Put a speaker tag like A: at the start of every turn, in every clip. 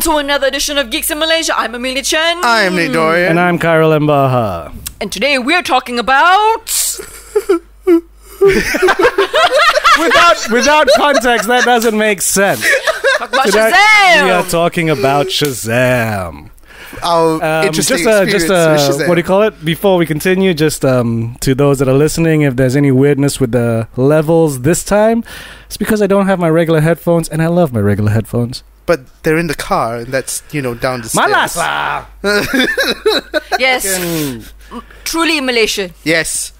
A: to another edition of Geeks in Malaysia. I'm Amelia Chen.
B: I am Nate Dorian.
C: And I'm Kyle Mbaha.
A: and today we're talking about.
C: Without, without context, that doesn't make sense.
A: Talk about
C: Today, We are
A: Shazam!
C: talking about Shazam.
B: Our
C: Um,
B: interesting
C: just a, just
B: experience with
C: a,
B: Shazam.
C: what do you call it? Before we continue, just um, to those that are listening, if there's any weirdness with the levels this time, it's because I don't have my regular headphones, and I love my regular headphones.
B: But they're in the car, and that's you know down the stairs.
C: last
A: yes, truly Malaysian.
B: Yes.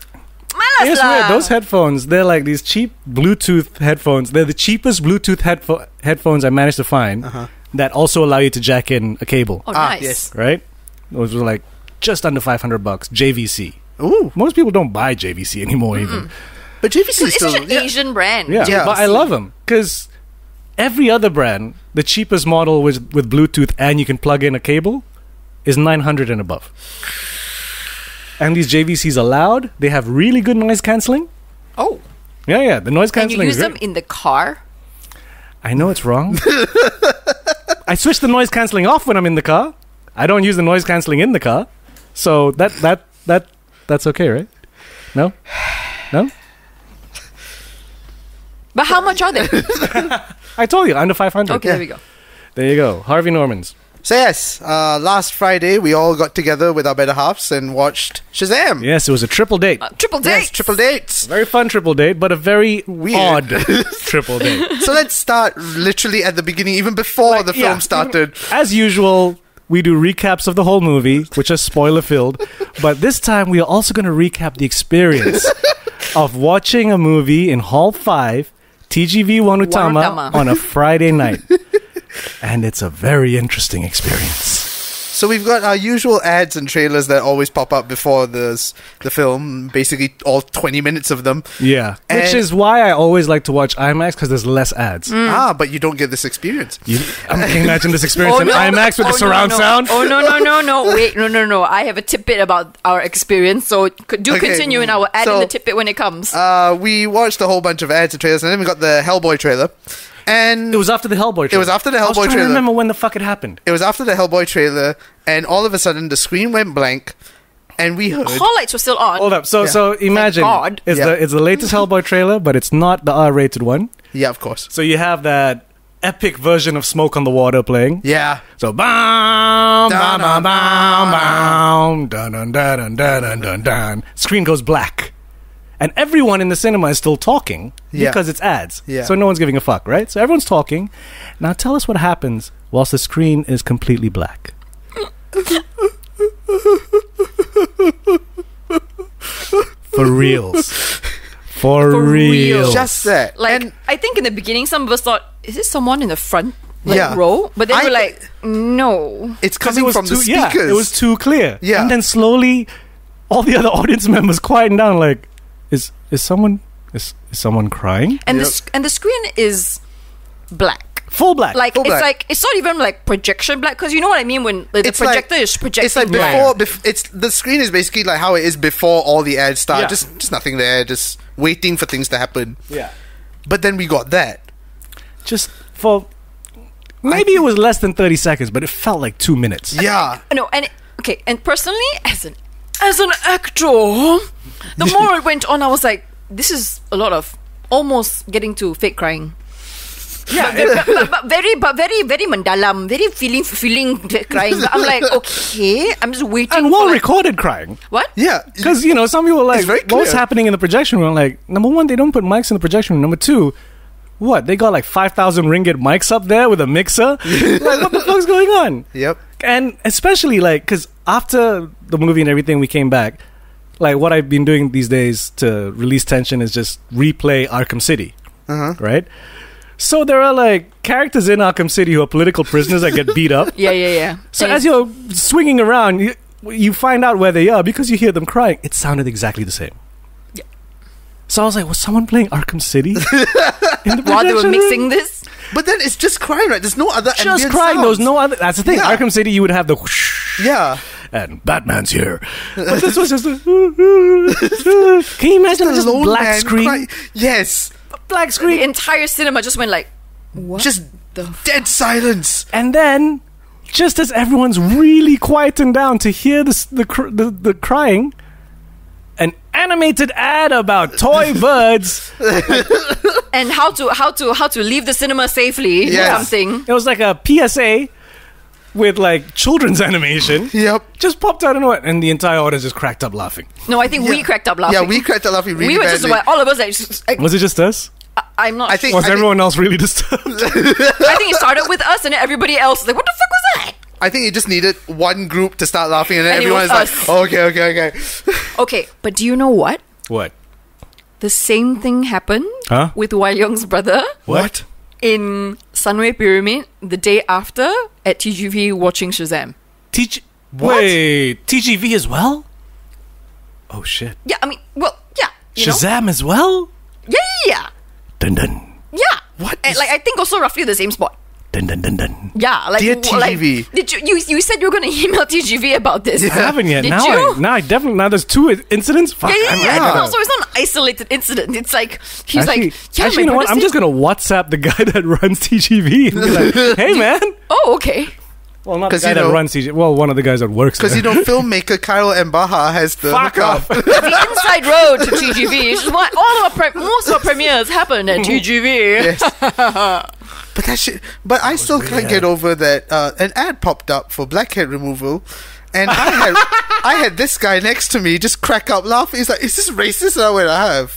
C: Here's
A: Malaslah.
C: weird. Those headphones, they're like these cheap Bluetooth headphones. They're the cheapest Bluetooth headpho- headphones I managed to find
B: Uh-huh.
C: that also allow you to jack in a cable.
A: Oh,
B: Ah,
A: nice.
B: yes.
C: Right? Those were like just under 500 bucks. JVC.
B: Ooh,
C: Most people don't buy JVC anymore, even.
B: but JVC is
A: It's
B: still
A: such an
B: yeah,
A: Asian brand.
C: Yeah.
B: Yeah.
C: But I love them because every other brand, the cheapest model with, with Bluetooth and you can plug in a cable, is 900 and above. And these JVCs are loud. They have really good noise canceling.
A: Oh,
C: Yeah, yeah. The noise
A: and
C: canceling
A: you
C: is
A: use
C: great.
A: them in the car?
C: I know it's wrong. I switch the noise canceling off when I'm in the car. I don't use the noise canceling in the car. So that that that that's okay, right? No? No?
A: But how much are they? okay,
C: I told you, under 500.
A: there we go.
C: There you go. Harvey Norman's.
B: So yes, uh, last Friday we all got together with our better halves and watched Shazam.
C: Yes, it was a triple date.
A: Uh, triple date.
B: Yes, triple dates.
C: Very fun triple date, but a very
B: Weird.
C: odd triple date.
B: so let's start literally at the beginning, even before the film
C: yeah.
B: started.
C: As usual, we do recaps of the whole movie, which are spoiler filled, but this time we are also going to recap the experience of watching a movie in Hall 5, TGV Wanutama,
A: Wanutama.
C: on a Friday night. and it's a very interesting experience.
B: So we've got our usual ads and trailers that always pop up before the s- the film. Basically, all twenty minutes of them.
C: Yeah. Which
B: And-
C: is why I always like to watch IMAX because there's less ads.
A: Mm.
B: Ah, but you don't get this experience.
C: You, I'm- can you imagine this experience in IMAX with
A: Oh,
C: the surround
A: no, no.
C: sound?
A: Oh no no no no! Wait no no no! I have a tidbit about our experience, so c- do
B: Okay,
A: continue, and I will add in
B: so-
A: the tidbit when it comes.
B: Uh, we watched a whole bunch of ads and trailers, and then we got the Hellboy trailer. And
C: It was after the Hellboy trailer.
B: was after the
C: I was
B: Hellboy
C: trying
B: trailer.
C: to remember when the fuck it happened.
B: it was after the Hellboy trailer, and all of a sudden the screen went blank, and we heard.
A: Hall lights were still on.
C: Hold up. So
B: Yeah.
C: so imagine
A: God.
C: it's
B: Yeah.
C: the it's the latest Hellboy trailer, but it's not the R-rated one.
B: Yeah, of course.
C: So you have that epic version of Smoke on the Water playing.
B: Yeah.
C: So bam bam bam bam bam dun dun dun dun dun dun dun dun. Screen goes black. And everyone in the cinema is still talking
B: Yeah.
C: because it's ads.
B: Yeah.
C: So no one's giving a fuck, right? So everyone's talking. Now tell us what happens whilst the screen is completely black. For reals. For,
A: For real.
C: real.
B: Just that.
A: Like
B: and
A: I think in the beginning, some of us thought, "Is this someone in the front like,
B: Yeah.
A: row?" But then
B: I-
A: we're like, "No."
B: it's
C: it
B: coming
C: was
B: from
C: too,
B: the speakers.
C: Yeah, it was too clear.
B: Yeah.
C: And then slowly, all the other audience members quieting down. Like, is is someone is is someone crying?
A: And the
B: Yep.
A: the and the screen is black.
C: Full black.
A: Like
B: Full
A: it's
B: black.
A: like it's not even like projection black because you know what I mean when like, the
B: It's like-
A: projector is projecting.
B: It's like
A: black.
B: before. Bef- it's the screen is basically like how it is before all the ads start.
C: Yeah.
B: Just, just nothing there. Just waiting for things to happen.
C: yeah.
B: But then we got that.
C: Just for maybe it was less than thirty seconds, but it felt like two minutes.
B: Yeah.
A: No, and okay, and personally, as an as an actor, the more it went on, I was like, this is a lot of almost getting to fake crying.
C: Yeah,
A: But, but, but very, but very, very mandalam, very feeling, feeling crying. But I'm like, okay, I'm just waiting.
C: and
A: for
C: well
A: like-
C: recorded crying.
A: What?
B: Yeah.
C: Because you know some people are like,
B: It's very
C: what's
B: clear.
C: happening in the projection room? Like, number one, they don't put mics in the projection room. Number two. What they got like five thousand ringgit mics up there with a mixer? like what the fuck's going on?
B: Yep.
C: and especially like because after the movie and everything we came back like what i've been doing these days to release tension is just replay arkham city
B: Uh-huh.
C: right so there are like characters in arkham city who are political prisoners that get beat up
A: Yeah, yeah, yeah.
C: so
A: And
C: as you're swinging around you, you find out where they are because you hear them crying it sounded exactly the same
A: Yeah.
C: so i was like was someone playing arkham city in the
A: while they were
C: projection room?
A: mixing this,
B: But then it's just crime, right? There's no other.
C: just
B: ambient
C: crying there was
B: sounds.
C: no other that's the thing
B: Yeah.
C: arkham city you would have the whoosh,
B: Yeah.
C: and Batman's here. But this was just a, Can you imagine just,
B: Lone
C: black
B: Man
C: screen?
B: cry- Yes.
C: Black
A: the
C: screen.
A: entire cinema just went like, what?
B: Just
A: the f-
B: dead silence.
C: And then just as everyone's really quietened down to hear this, the, cr- the the crying, an animated ad about toy birds.
A: and how to how to how to leave the cinema safely or
B: Yes.
A: something.
C: It was like a PSA with like children's animation.
B: Yep.
C: Just popped out of nowhere, and the entire audience just cracked up laughing.
A: No, I think we
B: Yeah.
A: cracked up laughing.
B: Yeah, we cracked up laughing really
A: we were
B: badly.
A: just like, all of us like, s- like,
C: Was it just us?
A: I'm not.
B: I think-
C: Or was everyone else really disturbed?
A: I think it started with us and everybody else. Like, what the fuck was that?
B: I think it just needed one group to start laughing, and then
A: And it
B: everyone
A: was us.
B: is like, "Okay, okay, okay."
A: Okay, but do you know what?
C: what?
A: The same thing happened
C: Huh?
A: with Wai Young's brother
C: What?
A: in Sunway Pyramid the day after at TGV watching Shazam.
C: Teach.
B: What?
C: Wait, TGV as well? Oh shit!
A: Yeah, I mean, well, yeah, you know,
C: Shazam as well?
A: yeah, yeah,
C: Dun dun
A: yeah, yeah.
B: What
A: And,
B: is-
A: like I think also roughly the same spot.
C: dun dun dun dun.
A: Yeah, like
B: Dear
A: w- like-
B: TGV.
A: did you, you you said you were going to email TGV about this?
C: I haven't yet.
A: Did
C: now,
A: you?
C: I, now I definitely now there's two i- incidents. Fuck,
A: Yeah, yeah,
C: I'm-
A: yeah.
C: I
B: Yeah.
C: gotta-
A: No, so it's not an isolated incident. It's like he's
C: actually,
A: like, yeah,
C: actually,
A: my
C: you know what?
A: brother
C: I'm
A: said-
C: just gonna WhatsApp the guy that runs TGV and be like, "Hey, man."
A: Oh, okay.
C: Well, not the
B: 'Cause
C: guy
B: you
C: that
B: know-
C: runs TGV. Well, one of the guys that works.
B: Because
C: there.
B: you know, filmmaker Kyle Embaha has the
C: Fuck
B: hookup.
A: the inside road to TGV, which is why all of our pre- most of our premieres happen at TGV.
B: But that shit. But I still can't get over that. Uh, an ad popped up for blackhead removal, and I had I had this guy next to me just crack up laughing. He's like, "Is this racist?" And I went, "I have."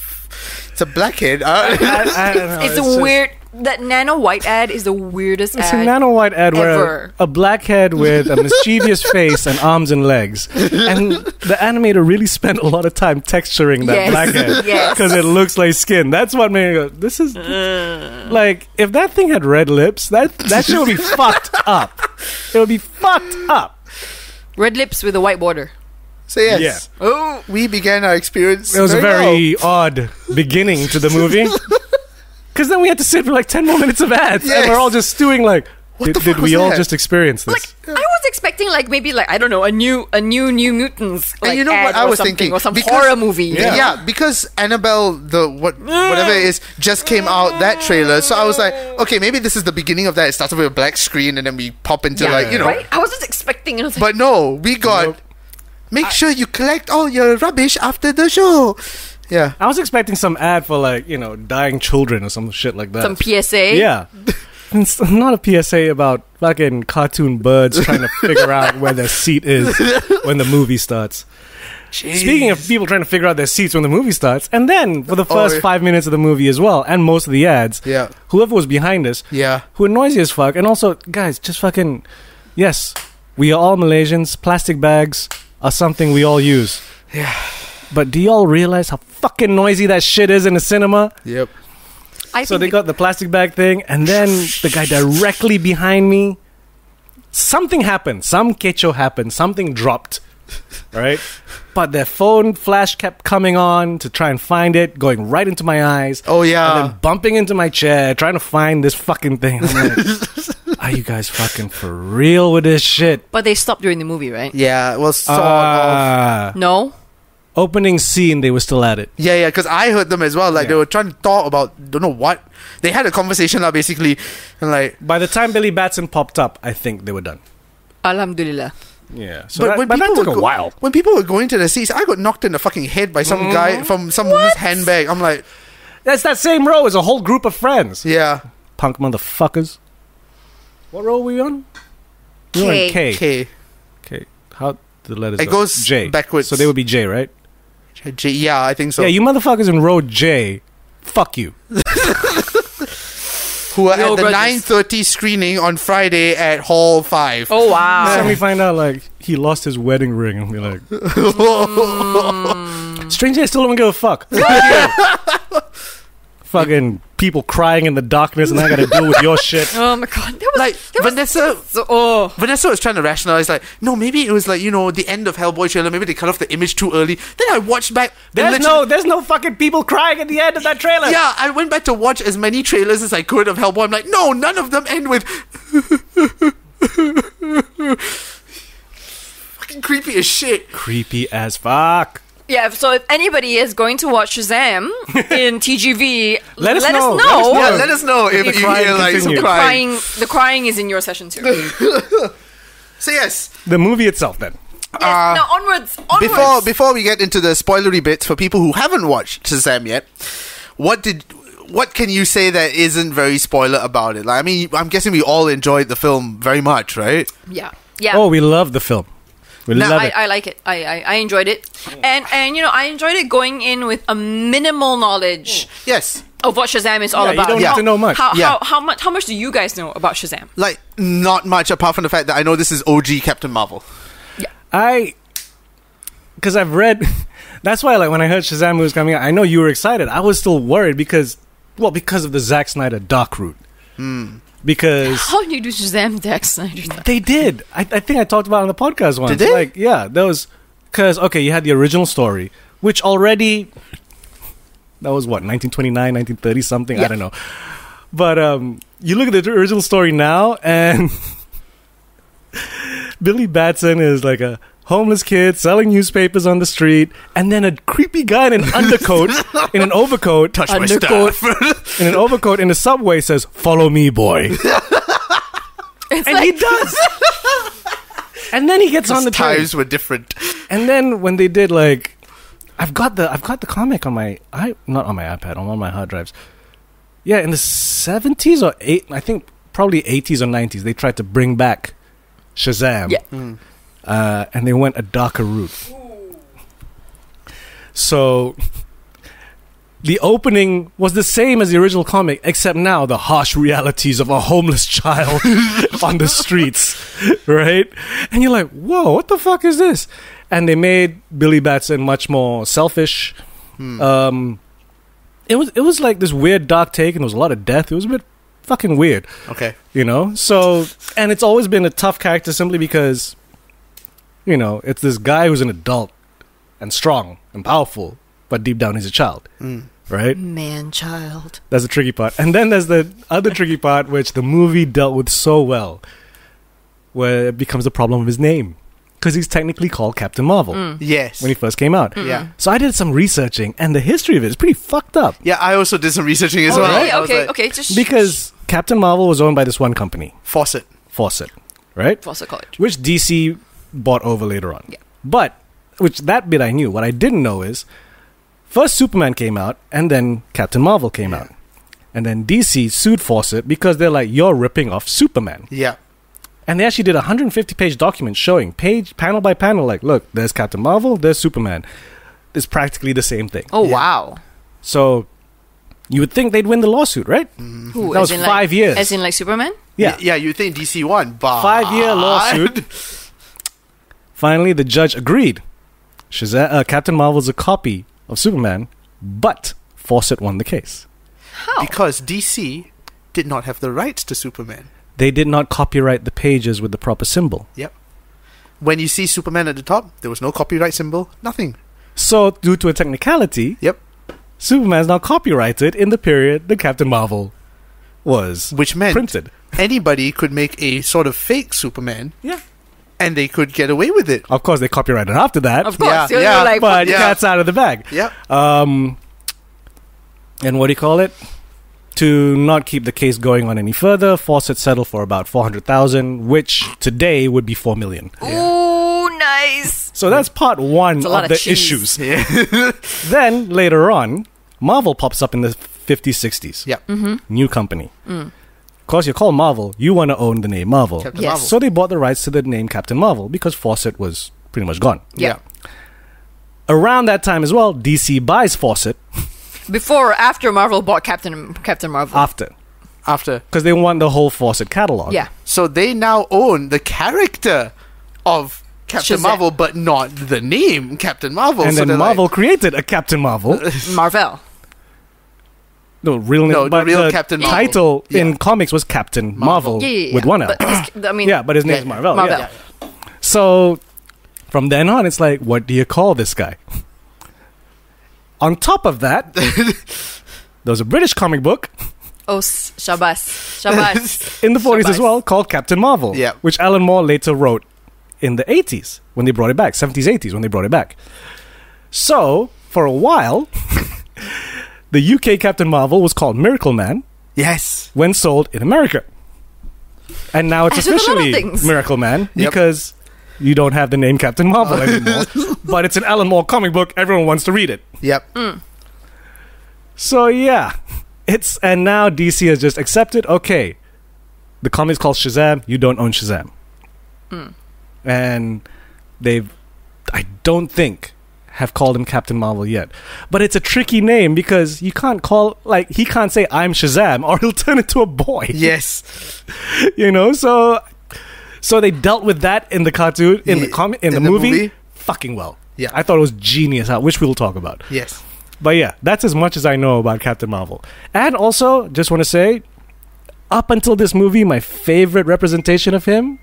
B: It's a blackhead. Uh,
C: I- I don't know,
A: It's, a
C: just-
A: weird. That nano white ad is the weirdest
C: It's
A: ad.
C: a nano white ad where
A: Ever.
C: a, a blackhead with a mischievous face and arms and legs. And the animator really spent a lot of time texturing that
A: Yes.
C: blackhead
A: Yes.
C: because it looks like skin. That's what made me go, this is
A: Uh.
C: like if that thing had red lips, that that shit would be fucked up. It would be fucked up.
A: Red lips with a white border.
B: so yes,
A: Oh,
B: we began our experience.
C: It was a
B: well.
C: very odd beginning to the movie. Cause then we had to sit for like ten more minutes of ads,
B: Yes.
C: and we're all just stewing like,
B: the
C: did, did
B: fuck
C: we
B: was
C: all
B: that?
C: just experience this?
A: like I was expecting, like maybe like I don't know, a new a new New Mutants. Like,
B: and you know
A: ad
B: what I
A: or
B: was
A: something,
B: thinking
A: or some
B: Because-
A: horror movie.
B: Yeah. because Annabelle, the what whatever it is, just came out that trailer. So I was like, okay, maybe this is the beginning of that. It started with a black screen, and then we pop into
A: Yeah.
B: like you know.
A: right? I was just expecting. And I was like,
B: But no, we got.
C: Nope.
B: Make sure you collect all your rubbish after the show. Yeah.
C: I was expecting some ad for like you know dying children or some shit like that.
A: some PSA.
C: yeah. It's not a PSA about fucking cartoon birds trying to figure out where their seat is when the movie starts. Speaking of people trying to figure out their seats when the movie starts, and then for the
B: Oh,
C: first
B: yeah.
C: five minutes of the movie as well, and most of the ads,
B: Yeah.
C: whoever was behind us,
B: Yeah.
C: who are noisy as fuck, and also guys, just fucking yes, we are all Malaysians. Plastic bags are something we all use.
B: Yeah.
C: But do y'all realize how fucking noisy that shit is in a cinema?
B: Yep.
A: I
C: So
A: think
C: they got the plastic bag thing, and then the guy directly behind me, something happened. Some kecho happened. Something dropped, right? But their phone flash kept coming on to try and find it, going right into my eyes,
B: Oh
C: and
B: yeah.
C: then bumping into my chair, trying to find this fucking thing. I'm like, Are you guys fucking for real with this shit?
A: but they stopped during the movie, right?
B: yeah. Well,
C: Uh,
B: sort of.
C: Ah.
A: No.
C: Opening scene, they were still at it.
B: Yeah, yeah. Because I heard them as well. Like they
C: Yeah.
B: were trying to talk about don't know what. They had a conversation like basically, and like.
C: By the time Billy Batson popped up, I think they were done.
A: Alhamdulillah.
C: Yeah, so that, but that
B: people
C: took
B: were
C: a
B: go-
C: while.
B: When people were going to the seats, I got knocked in the fucking head by some
C: Mm.
B: guy from some woman's handbag. I'm like,
C: That's that same row as a whole group of friends.
B: yeah,
C: Punk motherfuckers. What row are we on? We were in K.
A: K.
C: K.
B: okay.
C: How the letters
B: It
C: go?
B: goes
C: J.
B: backwards.
C: So they would be J, right?
B: J- Yeah, I think so.
C: yeah, you motherfuckers in row J. Fuck you.
B: Who were
A: No
B: at the
A: grudges.
B: 9:30 screening on Friday at Hall Five.
A: Oh
B: Ah.
A: wow.
C: Then we find out like he lost his wedding ring and we're like Oh.
B: Mm.
C: Strangely I still don't give a fuck. Fucking people crying in the darkness and I gotta deal with your shit.
A: Oh my god, that was
B: like
A: that was
B: Vanessa.
A: so. Oh,
B: Vanessa was trying to rationalize, like, no, maybe it was like, you know, the end of Hellboy trailer. Maybe they cut off the image too early. Then I watched back.
C: There's no
B: literally-
C: there's no fucking people crying at the end of that trailer.
B: Yeah, I went back to watch as many trailers as I could of Hellboy. I'm like, no, none of them end with. Fucking creepy as shit.
C: Creepy as fuck.
A: yeah. So if anybody is going to watch Shazam in TGV,
C: Let us know. Let us
A: know.
C: know.
B: Yeah, let us know if
C: The
B: you
C: crying
B: hear like some
C: continues.
A: The
B: crying.
A: crying, the crying is in your session too.
B: So yes,
C: The movie itself, then.
A: Yes, now onwards, onwards.
B: Uh, before before we get into the spoilery bits for people who haven't watched Shazam yet, what did what can you say that isn't very spoiler about it? Like, I mean, I'm guessing we all enjoyed the film very much, right?
A: yeah, yeah.
C: Oh, we love the film. We
B: Now,
C: love
A: I,
C: it.
A: I like it. I, I, I enjoyed it, and and you know I enjoyed it going in with a minimal knowledge
B: Yes.
A: of what Shazam is all
C: Yeah, you
A: about.
C: don't
A: how,
C: have to know much.
A: How,
B: Yeah.
A: how, how much how much do you guys know about Shazam?
B: Like, not much apart from the fact that I know this is OG Captain Marvel.
C: I, because I've read. That's why, like, when I heard Shazam was coming out, I know you were excited. I was still worried because, well, because of the Zack Snyder dark route. Because
A: How do you do Shazam, Dex Snyder?
C: they did. I, I think I talked about it on the podcast once.
B: they?
C: Like, yeah, that was because okay, you had the original story, which already that was what 1929, 1930 something. I
A: Yeah.
C: don't know. But um, you look at the original story now, and Billy Batson is like a homeless kid selling newspapers on the street, and then a creepy guy in an undercoat, in an overcoat, touch
B: my
C: undercoat, in an overcoat in a subway says, "Follow me, boy."
A: It's
C: and he
A: like
C: does. and then he gets on the train.
B: times were different.
C: And then when they did like, I've got the I've got the comic on my i not on my iPad on one of my hard drives. Yeah, in the seventies or eight, I think probably eighties or nineties, they tried to bring back Shazam.
A: Yeah.
C: Uh, and they went a darker route. So. The opening was the same as the original comic, except now the harsh realities of a homeless child on the streets, right? And you're like, whoa, what the fuck is this? And they made Billy Batson much more selfish. Um, it was it was like this weird dark take, and there was a lot of death. It was a bit fucking weird,
B: Okay.
C: you know. So, and it's always been a tough character simply because, you know, it's this guy who's an adult and strong and powerful, but deep down he's a child, right?
A: man child.
C: That's the tricky part. And then there's the other tricky part, which the movie dealt with so well, where it becomes a problem of his name. Because he's technically called Captain Marvel
B: Yes.
C: when he first came
A: Mm-hmm.
C: out.
B: Yeah.
C: So I did some researching, and the history of it is pretty fucked up.
B: Yeah, I also did some researching as
A: Oh,
B: well.
A: really?
B: I was
A: Okay,
B: like,
A: okay. Just
C: Because Captain Marvel was owned by this one company,
B: Fawcett.
C: Fawcett, right?
A: Foster College.
C: Which DC bought over later on.
A: Yeah.
C: But, which that bit I knew. What I didn't know is first Superman came out, and then Captain Marvel came out. And then DC sued Fawcett because they're like, you're ripping off Superman.
B: Yeah.
C: And they actually did a 150 page document showing page panel by panel, like, look, there's Captain Marvel, there's Superman. It's practically the same thing.
A: Oh
B: Yeah.
A: wow.
C: So you would think they'd win the lawsuit, right?
A: Who, as
C: That was
A: in, like-
C: five years.
A: As in like Superman.
C: Yeah.
B: Y- Yeah, you think DC won, but.
C: Five year lawsuit. Finally, the judge agreed. Shazam, uh, Captain Marvel's a copy of Superman, but Fawcett won the case.
A: How?
B: Because DC did not have the rights to Superman.
C: They did not copyright the pages with the proper symbol.
B: Yep. When you see Superman at the top, there was no copyright symbol, nothing.
C: So, due to a technicality,
B: Yep.
C: Superman's now copyrighted in the period that Captain Marvel was
B: Which meant
C: printed.
B: anybody could make a sort of fake Superman
C: Yeah.
B: and they could get away with it.
C: Of course, they copyrighted after that.
A: Of course.
B: Yeah,
A: you're
B: yeah,
A: like,
C: but
B: Yeah.
C: cat's out of the bag.
B: Yep.
C: Um, and what do you call it? To not keep the case going on any further, Fawcett settled for about four hundred thousand, which today would be four million.
A: ooh, nice.
C: So that's part one
A: Hmm. a
C: of,
A: lot of
C: the
A: cheese.
C: issues.
B: Yeah.
C: Then later on, Marvel pops up in the 50s, 60s.
B: Yep.
A: Mm-hmm. Hmm.
C: New company. Of course, you're called Marvel. You want to own the name Marvel.
B: Captain
A: Yes.
B: Marvel.
C: So they bought the rights to the name Captain Marvel because Fawcett was pretty much gone.
A: Yeah.
C: Around that time as well, DC buys Fawcett
A: Before or after Marvel bought Captain Captain Marvel.
B: Ah,
C: after
B: After.
C: because they want the whole Fawcett catalog.
A: yeah.
B: So they now own the character of Captain
A: Shazam.
B: Marvel, but not the name Captain Marvel.
C: And
B: So they're
C: then
B: like-
C: Marvel created a Captain Marvel.
A: Marvel.
C: No, real name,
B: No, the
C: but
B: real Captain Marvel.
C: title in
B: Yeah.
C: comics was Captain Marvel,
B: Oh,
A: Yeah, yeah, yeah.
C: with one L.
A: But his- I mean,
C: yeah, but his
B: Yeah,
C: name's Marvel.
A: Marvel.
C: yeah. So from then on, it's like, what do you call this guy? On top of that, there was a British comic book
A: Oh, s- Shabazz. Shabazz.
C: in the 40s as
A: Shabazz.
C: well called Captain Marvel,
B: Yeah.
C: which Alan Moore later wrote in the 80s when they brought it back, 70s, 80s when they brought it back. So for a while, the UK Captain Marvel was called Miracle Man
B: yes.
C: when sold in America. And now it's
A: I do a lot of
C: officially
A: things.
C: Miracle Man
B: Yep.
C: because you don't have the name Captain Marvel anymore. but it's an Alan Moore comic book. Everyone wants to read it.
B: Yep.
A: Mm.
C: So yeah, it's and now DC has just accepted. Okay, the comic's called Shazam. You don't own Shazam,
A: Hmm.
C: and they've. I don't think have called him Captain Marvel yet, but it's a tricky name because you can't call like he can't say I'm Shazam or he'll turn into a boy.
B: Yes.
C: you know. So, so they dealt with that in the cartoon in the
B: Ye-
C: comic in, the, movie, fucking well.
B: Yeah.
C: I thought it was genius, how- which we'll talk about.
B: Yes.
C: But yeah, that's as much as I know about Captain Marvel. And also, just want to say, up until this movie, my favorite representation of him,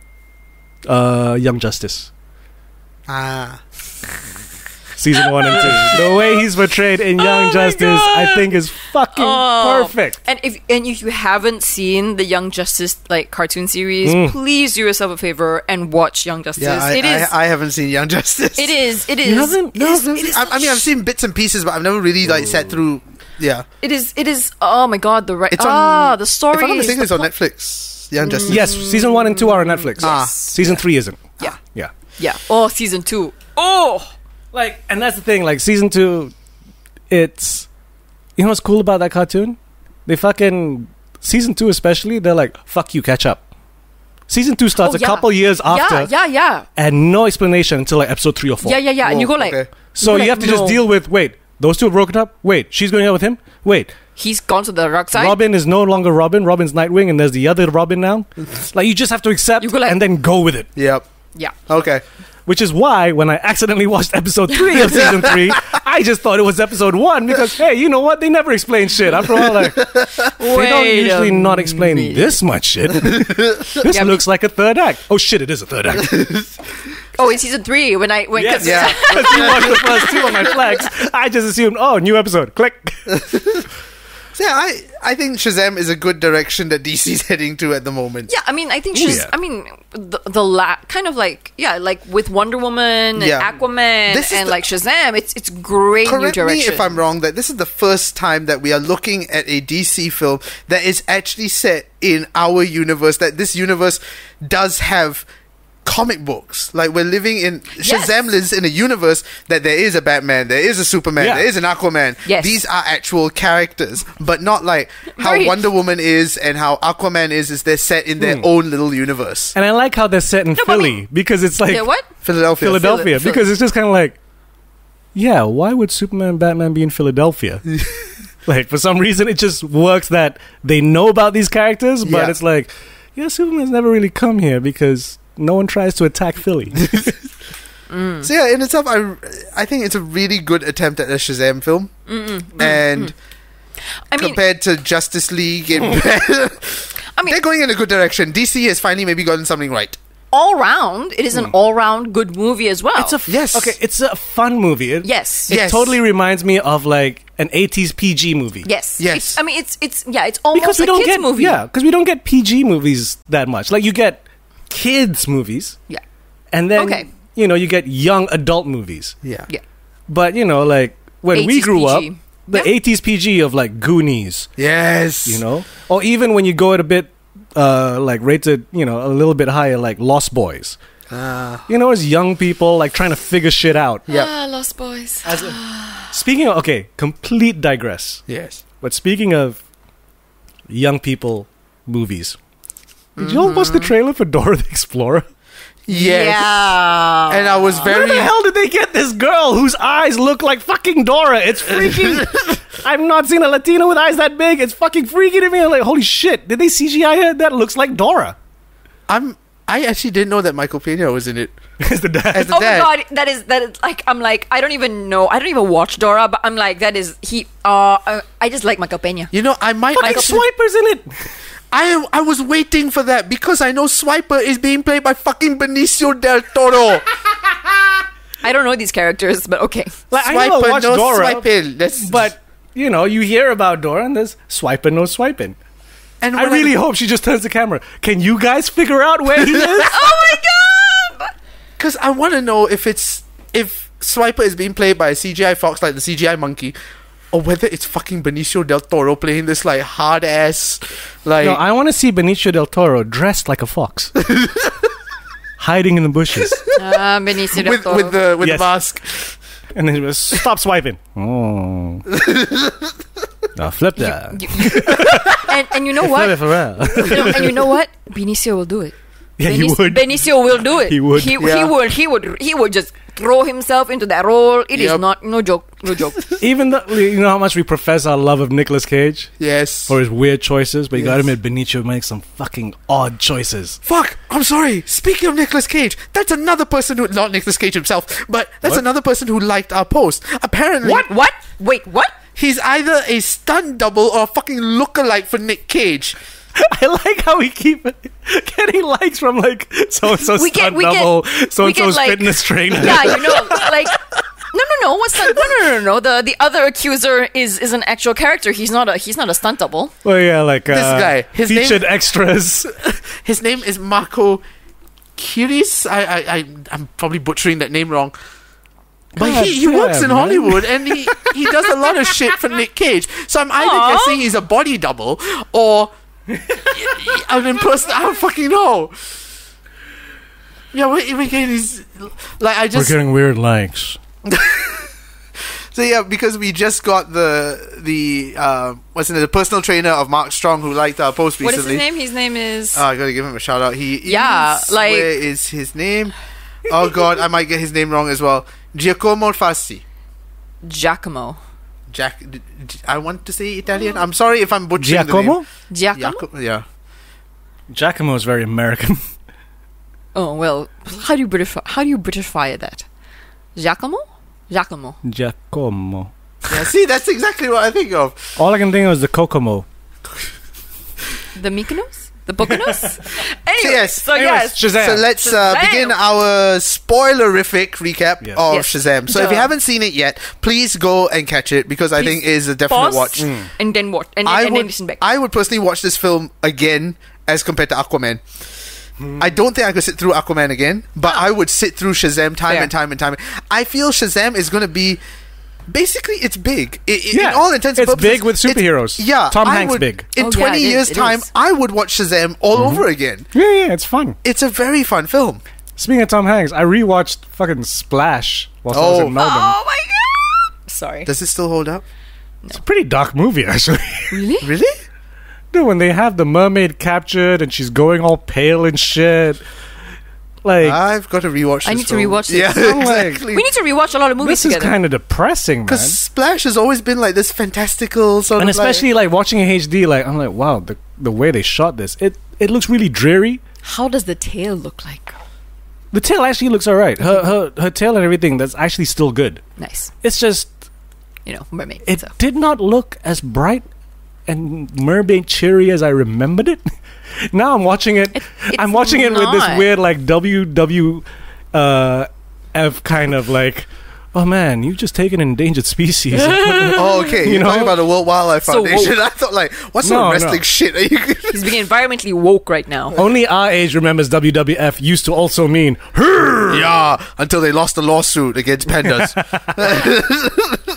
C: uh, Young Justice,
B: Ah.
C: season one and two. The way he's portrayed in
A: Oh
C: Young
A: my
C: Justice, I
A: God.
C: think is fucking
A: Oh.
C: perfect.
A: And if and if you haven't seen the Young Justice like cartoon series, please do yourself a favor and watch Young Justice.
B: Mm. Yeah. I,
A: it is.
B: I, I haven't seen Young Justice.
A: it is. It is.
C: haven't-
A: it
B: No,
A: is-
B: I've never
A: it
B: seen-
A: is
B: I, I mean, I've seen bits and pieces, but I've never really like sat through. Yeah.
A: It is. It is. Oh my god! The right.
B: It's on-
A: ah, the story.
B: if I'm not
A: is
B: mistaken,
A: the
B: it's on
A: plot-
B: Netflix.
A: Mm.
B: Young Justice.
C: Yes, season one and two are on Netflix.
B: Ah.
C: Season three isn't.
A: Yeah.
C: Yeah.
A: Yeah. Oh, season two. Oh.
C: like and that's the thing like season two it's you know what's cool about that cartoon they fucking season two especially they're like fuck you catch up season two starts
A: Oh,
C: a
A: yeah.
C: couple years after
A: Yeah. Yeah. Yeah.
C: and no explanation until like episode three or four
A: Yeah. Yeah. Yeah. and you go
B: Whoa,
A: like,
B: Oh, okay.
C: so
A: you're
C: you
A: like,
C: have to just
A: no.
C: deal with wait those two have broken up wait she's going out with him wait
A: he's gone to the dark side.
C: robin is no longer robin robin's nightwing and there's the other robin now like you just have to accept
A: You go like-
C: and then go with it
B: Yep.
A: Yeah.
B: Okay.
C: Which is why when I accidentally watched episode three of season three, I just thought it was episode one because hey, you know what? They never explain shit. After all, like they
A: Wait
C: don't usually
A: a
C: not explain
A: minute.
C: this much shit. this
A: Yeah,
C: looks like a third act. Oh shit, it is a third act.
A: Oh, in season three, when I when 'cause-
B: Yeah.
C: Because you watched the first two on my flex, I just assumed, oh, new episode. Click.
B: So yeah, I I think Shazam is a good direction that DC's heading to at the moment.
A: Yeah, I mean, I think
C: Ooh,
A: she's.
C: yeah.
A: I mean, the the la- kind of like yeah, like with Wonder Woman and
B: Yeah.
A: Aquaman
B: This is
A: and
B: the-
A: like Shazam. It's it's great new
B: Correct me
A: direction.
B: if I'm wrong. That this is the first time that we are looking at a DC film that is actually set in our universe. That this universe does have comic books. Like we're living in
A: Yes.
B: Shazam lives in a universe that there is a Batman, there is a Superman,
C: Yeah.
B: there is an Aquaman.
A: Yes.
B: These are actual characters, but not like how
A: Right.
B: Wonder Woman is and how Aquaman is. Is they're set in
C: Hmm.
B: their own little universe.
C: And I like how they're set in
A: but I
C: Philly
A: mean-
C: because it's like
A: yeah, what?
B: Philadelphia.
C: Philadelphia
A: Phila-
C: because it's just kind of like, yeah, why would Superman and Batman be in Philadelphia? like, for some reason, it just works that they know about these characters, but
B: Yeah.
C: it's like, yeah, Superman's never really come here because no one tries to attack Philly.
B: So yeah, in itself, I I think it's a really good attempt at a Shazam film, and
A: I mean,
B: compared to Justice League, and
A: I mean,
B: they're going in a good direction. DC has finally maybe gotten something right.
A: all round, it is an all round good movie as well.
C: Hmm. it's a f-
B: Yes.
C: okay, it's a fun movie. It,
A: yes,
C: it
B: Yes.
C: totally reminds me of like an '80s PG movie.
A: yes,
B: Yes.
A: It's- I mean, it's it's yeah, it's almost
C: because
A: a
C: we don't
A: kids
C: get
A: movie.
C: yeah, because we don't get PG movies that much. Like you get kids movies,
A: yeah,
C: and then
A: Okay.
C: you know you get young adult movies.
B: Yeah,
A: yeah.
C: But you know, like when we
A: 80s
C: grew
A: PG.
C: up, the
A: Yeah.
C: 80s PG of like Goonies,
B: yes,
C: you know, or even when you go at a bit uh, like rated, you know, a little bit higher, like Lost Boys.
B: Ah.
C: You know, as young people like trying to figure shit out.
B: Yeah.
A: Ah, Lost Boys. Ah.
C: Speaking of okay, complete digress.
B: yes.
C: But speaking of young people movies, did y'all watch
A: Mm-hmm.
C: the trailer for Dora the Explorer?
B: yes,
A: Yeah,
B: And I was
C: Where
B: very
C: the hell did they get this girl whose eyes look like fucking Dora? It's freaky. I've not seen a Latina with eyes that big. It's fucking freaky to me. I'm like, holy shit, did they CGI her? That looks like Dora.
B: I'm I actually didn't know that Michael Pena was in it
C: It's the dad.
B: as the
A: Oh
B: dad.
A: my god, that is that is like I'm like I don't even know I don't even watch Dora, but I'm like that is he. Uh, I- I just like Michael Pena.
B: You know, I might.
C: Fucking
B: actually-
C: Swiper's in it.
B: I I was waiting for that because I know Swiper is being played by fucking Benicio del Toro.
A: I don't know these characters, but okay.
C: Like I never watched
B: no
C: Dora,
B: swiping. That's-
C: but you know, you hear about Dora and there's swiping, no swiping.
B: and
C: I
B: when
C: really hope she just turns the camera. Can you guys figure out where he is?
A: oh my god!
B: Because I want to know if it's if Swiper is being played by a CGI fox like the CGI monkey, or whether it's fucking Benicio del Toro playing this like hard ass, like
C: No, I want to see Benicio del Toro dressed like a fox, hiding in the bushes,
A: Ah, Benicio del
B: with
A: Toro.
B: with the with
C: Yes.
B: the mask.
C: and then he was, stop swiping. Oh, now flip that.
A: You- you- and, and you know
C: Flip it
A: what?
C: for real.
A: You know- and you know what? Benicio will do it.
C: yeah, he
A: Benicio,
C: would.
A: Benicio will do it.
C: He would.
A: He, he
B: Yeah.
A: would. He would. He would just throw himself into that role. It is
B: Yep.
A: not no joke. No joke.
C: Even though you know how much we profess our love of Nicolas Cage
B: Yes.
C: for his weird choices, but you gotta
B: Yes.
C: admit Benicio makes some fucking odd choices.
B: Fuck! I'm sorry. Speaking of Nicolas Cage, that's another person who not Nicolas Cage himself, but that's
C: What?
B: another person who liked our post. Apparently,
A: what? What? Wait. What?
B: He's either a stunt double or a fucking lookalike for Nick Cage.
C: I like how we keep getting likes from like so and so
A: We get-
C: stunt
A: we get-
C: double, so
A: we
C: and
A: get,
C: so's
A: like-
C: fitness trainer.
A: Yeah, you know, like. No, no, no. What's that? No, no, no, no. The the other accuser is is an actual character. He's not a he's not a stunt double.
C: Well, yeah, like this uh,
B: guy, his name-
C: featured extras.
B: His name is Marco Curis. I, I, I I'm probably butchering that name wrong. But
C: God
B: he, he works
C: damn,
B: in
C: man.
B: Hollywood and he, he does a lot of shit for Nick Cage. So I'm either
A: Aw.
B: guessing he's a body double or an imperson. I don't fucking know. Yeah, we're, we're getting these. Like, I just.
C: weird likes.
B: So yeah, because we just got the the uh, what's in the personal trainer of Mark Strong who liked our post
A: What is
B: recently.
A: his name? His name is.
B: Oh, I gotta give him a shout out. He
A: Yeah,
B: is-
A: like-
B: where is his name? Oh god, I might get his name wrong as well. Giacomo Farsi.
A: Giacomo.
B: Jack, d- d- I want to say Italian. I'm sorry if I'm butchering
C: Giacomo?
B: the name.
A: Giacomo.
B: Giacomo. Yeah.
C: Giacomo is very American.
A: Oh well, how do you British how do you Britishfy that? Giacomo. Giacomo.
C: Giacomo.
B: yeah. See, that's exactly what I think of.
C: All I can think of is the Kokomo.
A: The Mykonos. The Bukanos. anyway,
B: So yes,
A: So
C: Anyways,
A: yes.
C: Shazam.
B: So let's uh,
A: Shazam.
B: begin our spoilerific recap
C: Yes.
B: of
A: Yes.
B: Shazam. So if you
A: Duh.
B: haven't seen it yet, ple's go and catch it because I
A: Please
B: think it is a definite
A: pause
B: watch. Mm.
A: And then watch. And, then
B: I
A: and then
B: would,
A: listen back.
B: I would personally watch this film again as compared to Aquaman.
C: Hmm.
B: I don't think I could sit through Aquaman again, but I would sit through Shazam time
A: Fair.
B: and time and time. I feel Shazam is going to be basically it's big. I- I-
C: Yeah,
B: in all intents and
C: it's
B: purposes,
C: big with
B: it's-
C: superheroes.
B: yeah,
C: Tom
B: I
C: Hanks
B: would-
C: big. Mm-hmm.
B: In
A: Oh, yeah,
B: twenty
A: it is,
B: years
A: it
B: time,
A: is.
B: I would watch Shazam all over again.
C: Yeah, yeah, it's fun.
B: It's a very fun film.
C: Speaking of Tom Hanks, I rewatched fucking Splash whilst I was
B: Oh.
C: in Melbourne.
A: oh my god! Sorry.
B: Does it still hold up?
C: It's a pretty dark movie, actually.
A: really?
B: Really?
C: Dude, when they have the mermaid captured and she's going all pale and shit, like
B: I've got to rewatch. This
A: I need to
B: film.
A: rewatch this.
B: Yeah,
C: I'm like-
B: exactly.
A: We need to rewatch a lot of movies
C: this is
A: together.
C: kind of depressing, man.
B: Because Splash has always been like this fantastical sort
C: And
B: of like-
C: especially like watching in HD, like I'm like, wow, the the way they shot this, it it looks really dreary.
A: How does the tail look like?
C: The tail actually looks alright. Her her her tail and everything that's actually still good.
A: Nice.
C: It's just
A: You know, mermaid.
C: it
A: so.
C: did not look as bright and mermaid cheery as I remembered it. now I'm watching it.
A: It- it's
C: I'm watching it with
A: not.
C: this weird like WW uh, F kind of like. Oh man, you've just taken an endangered species.
B: Oh, okay.
C: You
B: You're
C: know?
B: talking about the World Wildlife
A: So
B: Foundation. I thought, like, what sort
C: No,
B: of wrestling
C: no.
B: shit are you?
A: He's being environmentally woke right now.
C: Only our age remembers WWF used to also mean
B: yeah, until they lost the lawsuit against pandas.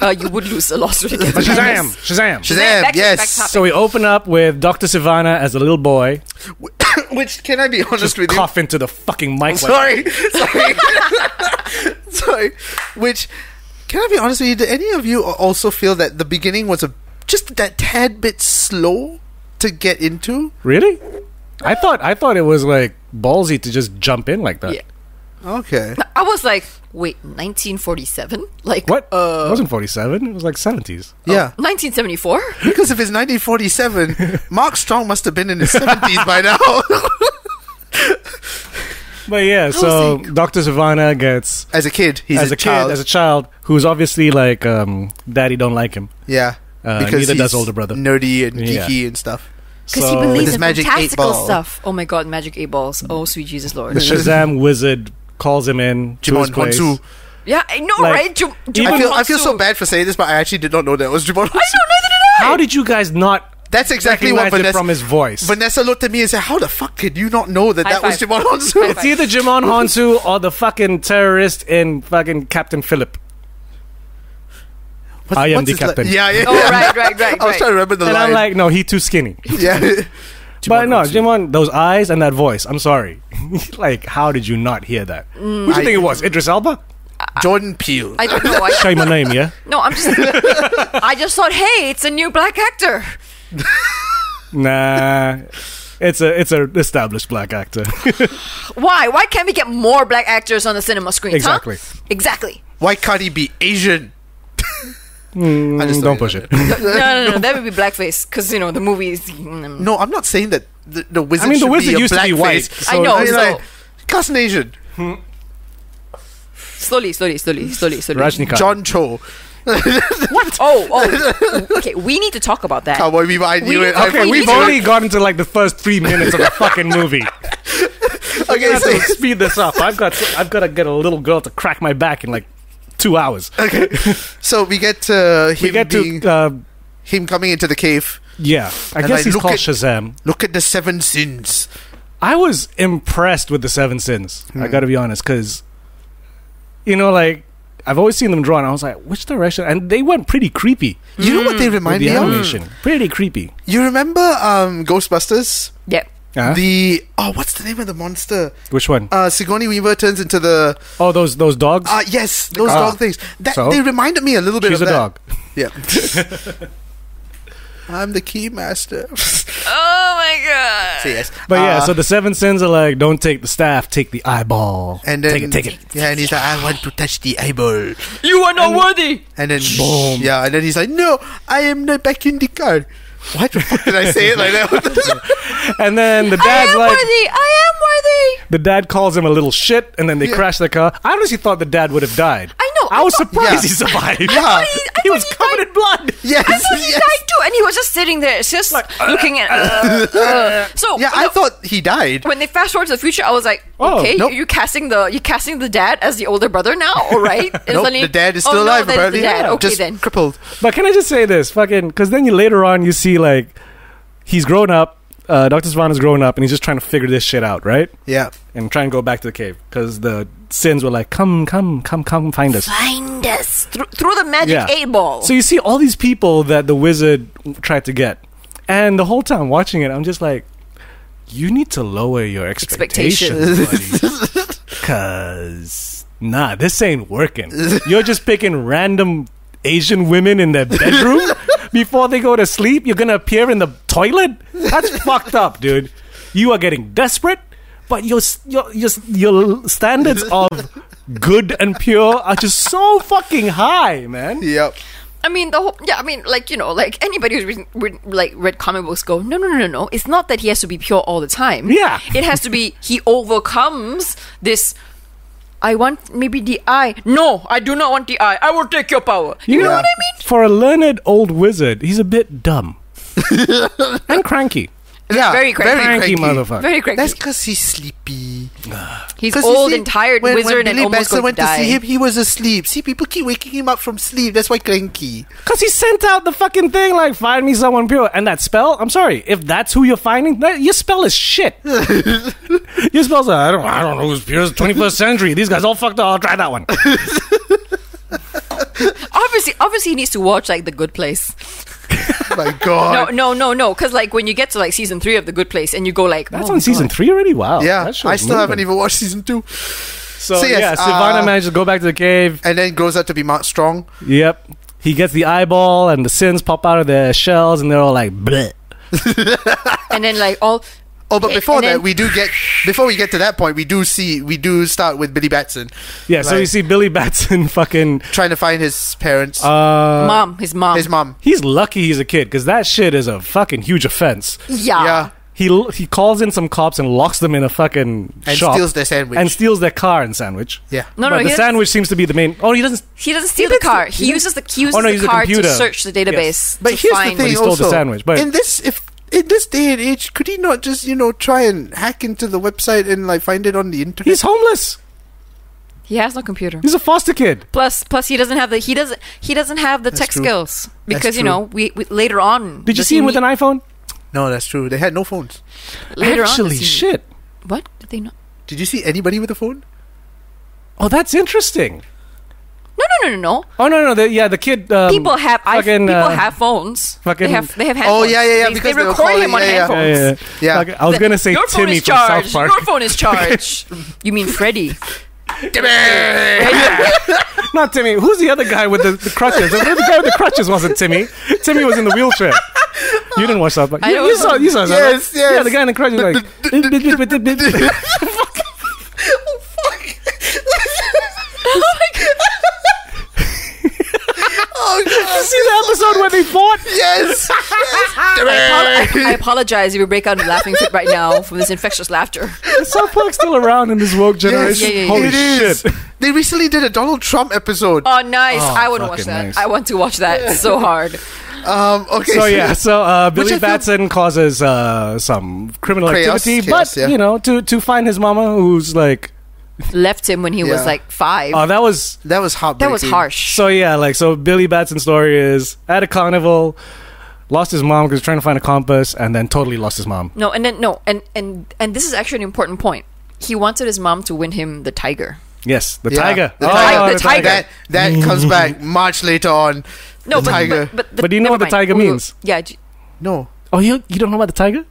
A: Uh, you would lose a lawsuit against
C: Shazam,
A: us.
C: Shazam.
A: Shazam,
B: Shazam,
A: back to-
B: yes.
A: back
C: So we open up with Dr. Savannah as a little boy,
B: Which can I be honest
C: just
B: with you?
C: cough into the fucking mic. Like,
B: Sorry, sorry, sorry. Which can I be honest with you? Do any of you a- also feel that the beginning was a just that tad bit slow to get into?
C: really? I thought I thought it was like ballsy to just jump in like that.
A: Yeah.
B: Okay.
A: I was like, wait, 1947? Like oh,
C: What? it
A: Uh,
C: wasn't 47. It was like 70s.
B: Yeah,
A: 1974?
C: oh.
B: because if it's 1947, Mark Strong must have been in his 70s by now.
C: But yeah, so Dr. Savannah gets
B: as a kid, he's
C: as
B: a,
C: a,
B: child.
C: kid, as a child who's obviously like um, daddy don't like him.
B: Yeah.
C: Uh, neither does older brother.
B: Nerdy and
C: Yeah.
B: geeky and stuff.
A: Because
C: So-
A: he
B: With
A: believes
B: his
A: in
B: magic eight
A: fantastical
B: ball.
A: stuff. Oh my god, magic eight balls. Oh, sweet Jesus Lord.
C: the Shazam wizard calls him in to his
B: Jimon
C: place.
B: Honsu.
A: yeah, I know,
C: Like,
A: right? Ju- Ju-
C: even-
B: I feel I feel so
A: Monsu.
B: bad for saying this, but I actually did not know that was Jimon Honsu.
A: I don't know that at all.
C: How did you guys not
B: That's exactly what
C: recognize it
B: Vanessa
C: from his voice?
B: Vanessa looked at me and said, "How the fuck could you not know that
A: High
B: that was
A: five.
B: Jimon
A: High
B: Honsu?"
C: it's either Jimon Honsu or the fucking terrorist in fucking Captain Philip.
B: What's-
C: I am
B: what's
C: the
B: his la-
C: captain.
B: yeah, yeah.
A: Oh,
B: yeah.
A: right, right, right,
B: I was
A: right.
B: trying to remember the
C: and
B: line.
C: I'm like, no, he too skinny.
B: yeah.
C: but no,
D: Otsu.
C: Jimon, those eyes and that voice. I'm sorry. like, how did you not hear that? Who do you
B: Mm, I-
C: think it was? Idris Elba?
B: Jordan Peele.
A: I don't know. I,
C: Say my name, yeah.
A: no, I'm just. I just thought, hey, it's a new black actor.
C: Nah, it's a it's a established black actor.
A: Why? Why can't we get more black actors on the cinema screen?
C: Exactly.
A: Exactly.
B: Why can't he be Asian? I just
C: Hmm, Don't
B: thought
C: push
B: you-
C: it.
A: No, no, no. that would be blackface because you know the movies. mm,
B: No, I'm not saying that the, the wizard.
C: I mean, the
B: should
C: wizard
B: be a
C: used to be
B: blackface.
C: white.
A: I know,
B: I
A: so-
B: mean, like, cast an Asian.
A: Slowly, slowly, slowly, slowly, slowly.
C: Rajnikant.
B: John Cho.
A: What? Oh, oh. Okay, we need to talk about that.
B: Cowboy Bebop. I knew
A: We-
B: it. I-
A: okay, we
B: we
C: We've
A: need to-
B: both-
C: already gotten to like the first three minutes of the fucking movie.
B: Okay,
C: I have
B: so,
C: to speed this up. I've got I've got to get a little girl to crack my back in like two hours.
B: okay. so we get uh, him
C: We get
B: being,
C: to uh,
B: him coming into the cave.
C: yeah. I
B: And
C: guess
B: I
C: he's
B: look
C: called
B: at-
C: Shazam.
B: Look at the seven sins.
C: I was impressed with the Seven Sins. I got to be honest, because you know, like I've always seen them drawn. I was like, which direction? And they went pretty creepy.
B: You know what they
C: Hmm, with
B: remind
C: the
B: me of?
C: animation, pretty creepy.
B: You remember um, Ghostbusters?
A: Yeah.
C: Huh?
B: The oh, what's the name of the monster?
C: which one?
B: Uh, Sigourney Weaver turns into the
C: oh, those those dogs.
B: uh, yes, those
C: Ah.
B: dog things. That
C: So?
B: they reminded me a little bit
C: She's a
B: of that.
C: dog.
B: Yeah. I'm the key master. so
A: Oh my god.
B: yes,
C: But yeah,
B: Uh,
C: so the seven sins are like, don't take the staff, take the eyeball.
B: and then
C: take it, take it.
B: Yeah, and he's like, I want to touch the eyeball.
A: You are not worthy.
B: And then
C: Boom.
B: Yeah, and then he's like, No, I am not back in the car. Why the fuck did I say it like that?
C: And then the
A: I
C: dad's
A: am
C: like,
A: worthy. I am worthy.
C: the dad calls him a little shit, and then they
B: Yeah.
C: crash the car. I honestly thought the dad would have died.
A: I know, I
C: I, was
A: thought-
C: surprised
B: Yeah.
C: he survived.
B: thought
A: he- I
C: he
A: thought
C: was
A: he
C: covered in blood.
B: yes,
A: He
B: Uh, yes.
A: died too, and he was just sitting there, just looking at. uh, uh. So
B: Yeah, I
A: no,
B: thought he died.
A: when they fast forward to the future, I was like,
C: Oh,
A: okay,
B: nope.
A: you're casting the you're casting the dad as the older brother now, all right? And
B: Nope,
A: suddenly-
B: the dad is
A: oh,
B: still
A: no,
B: alive,
A: that is
B: apparently.
A: The dad. Okay
B: Just
A: then.
B: crippled.
C: But can I just say this, fucking? Because then you later on you see like he's grown up. Uh, Doctor Svan is grown up, and he's just trying to figure this shit out, right?
B: Yeah.
C: And try and go back to the cave because the sins were like, come, come, come, come, find us.
A: Find us through, through the magic
C: Yeah.
A: eight ball.
C: So you see all these people that the wizard tried to get, and the whole time watching it, I'm just like, you need to lower your expectations, buddy. cause nah, this ain't working. You're just picking random Asian women in their bedroom before they go to sleep. You're gonna appear in the toilet. That's fucked up, dude. You are getting desperate, but your s- your your, s- your standards of good and pure are just so fucking high, man.
B: Yep.
A: I mean, the whole yeah. I mean, like you know, like anybody who's read, read, like read comic books go, no, no, no, no, no. It's not that he has to be pure all the time.
C: Yeah.
A: it has to be he overcomes this. I want maybe the eye. No, I do not want the eye. I will take your power. You know
B: Yeah.
A: what I mean?
C: For a learned old wizard, he's a bit dumb and cranky.
B: Yeah.
A: very cranky.
C: Cranky, motherfucker.
A: Very cranky.
B: That's because he's sleepy.
A: He's
B: 'Cause you
A: old
B: see,
A: and tired
B: when,
A: wizard
B: when
A: and
B: Billy
A: almost
B: Baxter
A: going
B: went
A: to
B: to
A: die.
B: see him, he was asleep. See, people keep waking him up from sleep. That's why cranky.
C: Cause he sent out the fucking thing like find me someone pure and that spell. I'm sorry if that's who you're finding. That, your spell is shit. your spell's like, I don't I don't know who's pure. It's 21st century. These guys all fucked up. I'll try that one.
A: Obviously, obviously, he needs to watch like The Good Place.
B: My God.
A: No, no, no, no. Because like when you get to like season three of The Good Place, and you go like,
C: That's
A: oh my
C: on season
A: God.
C: three already. Wow.
B: yeah, I
C: that shit
B: still
C: is
B: haven't
C: moving.
B: even watched season two.
C: So,
B: So, yes,
C: yeah, Sivana
B: uh,
C: manages to go back to the cave.
B: And then grows out to be Mark Strong.
C: Yep. He gets the eyeball and the sins pop out of their shells and they're all like, bleh.
A: and then like all.
B: Oh, but
A: Okay,
B: before
A: and
B: that,
A: then-
B: we do get before we get to that point, we do see we do start with Billy Batson
C: Yeah. so
B: Right.
C: you see Billy Batson fucking.
B: trying to find his parents,
C: Uh,
A: mom, his mom,
B: his mom.
C: He's lucky he's a kid because that shit is a fucking huge offense.
A: Yeah.
B: yeah,
C: He he calls in some cops and locks them in a fucking
B: and
C: shop
B: steals their sandwich.
C: and steals their car and sandwich.
B: yeah,
A: No, no,
C: but the
A: he doesn't,
C: sandwich seems to be the main. Oh, he doesn't.
A: he doesn't steal the
C: doesn't-
A: car.
C: he
A: He uses the he uses
C: Oh, no, he
A: the
C: uses a
A: car to
C: computer.
A: search the database.
B: But
A: to
B: here's
A: find
B: the
C: he
B: thing,
C: stole the
B: also,
C: sandwich, but-
B: in this if in this day and age, could he not just you know try and hack into the website and like find it on the internet?
C: He's homeless.
A: He has no computer.
C: He's a foster kid.
A: Plus, plus he doesn't have the he doesn't he doesn't have the tech
B: true.
A: skills because
B: That's
A: you know we, we later on.
C: Did you
A: does
C: see
A: he
C: him with
A: need-
C: an iPhone?
B: no, that's true. They had no phones.
A: later on?
C: Actually,
A: does he-
C: shit.
A: What did they not?
B: Did you see anybody with a phone?
C: Oh, that's interesting.
A: No, no, no, no, no.
C: Oh no, no, the, yeah, the kid. Um,
A: people have iPh-
C: fucking,
A: people
C: uh,
A: have phones.
C: fucking-
A: they have they have
B: Oh,
A: handphones.
B: yeah, yeah, yeah,
A: They,
B: because
A: they
B: they were
A: record
B: calling-
A: him on
B: yeah, yeah.
A: handphones.
C: Yeah, yeah.
B: Yeah.
C: Fucking- I was
A: The-
C: gonna say
A: your phone
C: Timmy
A: is
C: from
A: charged.
C: South Park,
A: Your phone is charged. you mean Freddy?
C: not Timmy. Who's the other guy with the, the crutches? the the guy with the crutches wasn't Timmy. Timmy was in the wheelchair. You didn't watch South Park.
A: I
C: You,
A: don't-
C: you saw, you saw South Park.
B: Yes, yes.
C: Yeah, the guy in the crutches like.
A: oh my god!
B: Oh god!
C: See the episode where they fought.
B: Yes.
A: I, apo- I
B: yes.
A: apologize if we break out into laughing fit right now from this infectious laughter.
C: Is South Park still around in this woke generation?
A: yeah, yeah, yeah.
C: Holy
B: It is.
C: shit!
B: They recently did a Donald Trump episode.
A: Oh, nice! I want to watch
C: fucking
A: that.
C: nice.
A: I want to watch that so hard.
B: Um, okay.
C: So yeah, so uh,
B: I
C: Billy
B: feel-
C: Batson causes uh, some criminal
B: Chaos,
C: activity,
B: chaos,
C: but
B: yeah.
C: you know, to to find his mama, who's like,
A: Left him when he was
B: Yeah.
A: like five.
C: oh, that was
B: that was heartbreaking.
A: that was harsh.
C: So yeah, like so Billy Batson's story is at a carnival, lost his mom because trying to find a compass, and then totally lost his mom.
A: No, and then no, and and and this is actually an important point. He wanted his mom to win him the tiger.
C: Yes, the
B: Yeah.
C: tiger.
B: The
C: Oh,
A: tiger, the tiger.
B: That that comes back much later on.
A: No,
B: The
A: but,
B: tiger.
A: but but the-
C: But do you know
A: never
C: what the
A: mind.
C: tiger
A: We will-
C: means?
A: Yeah, j-
B: No.
C: Oh, you you don't know about the tiger?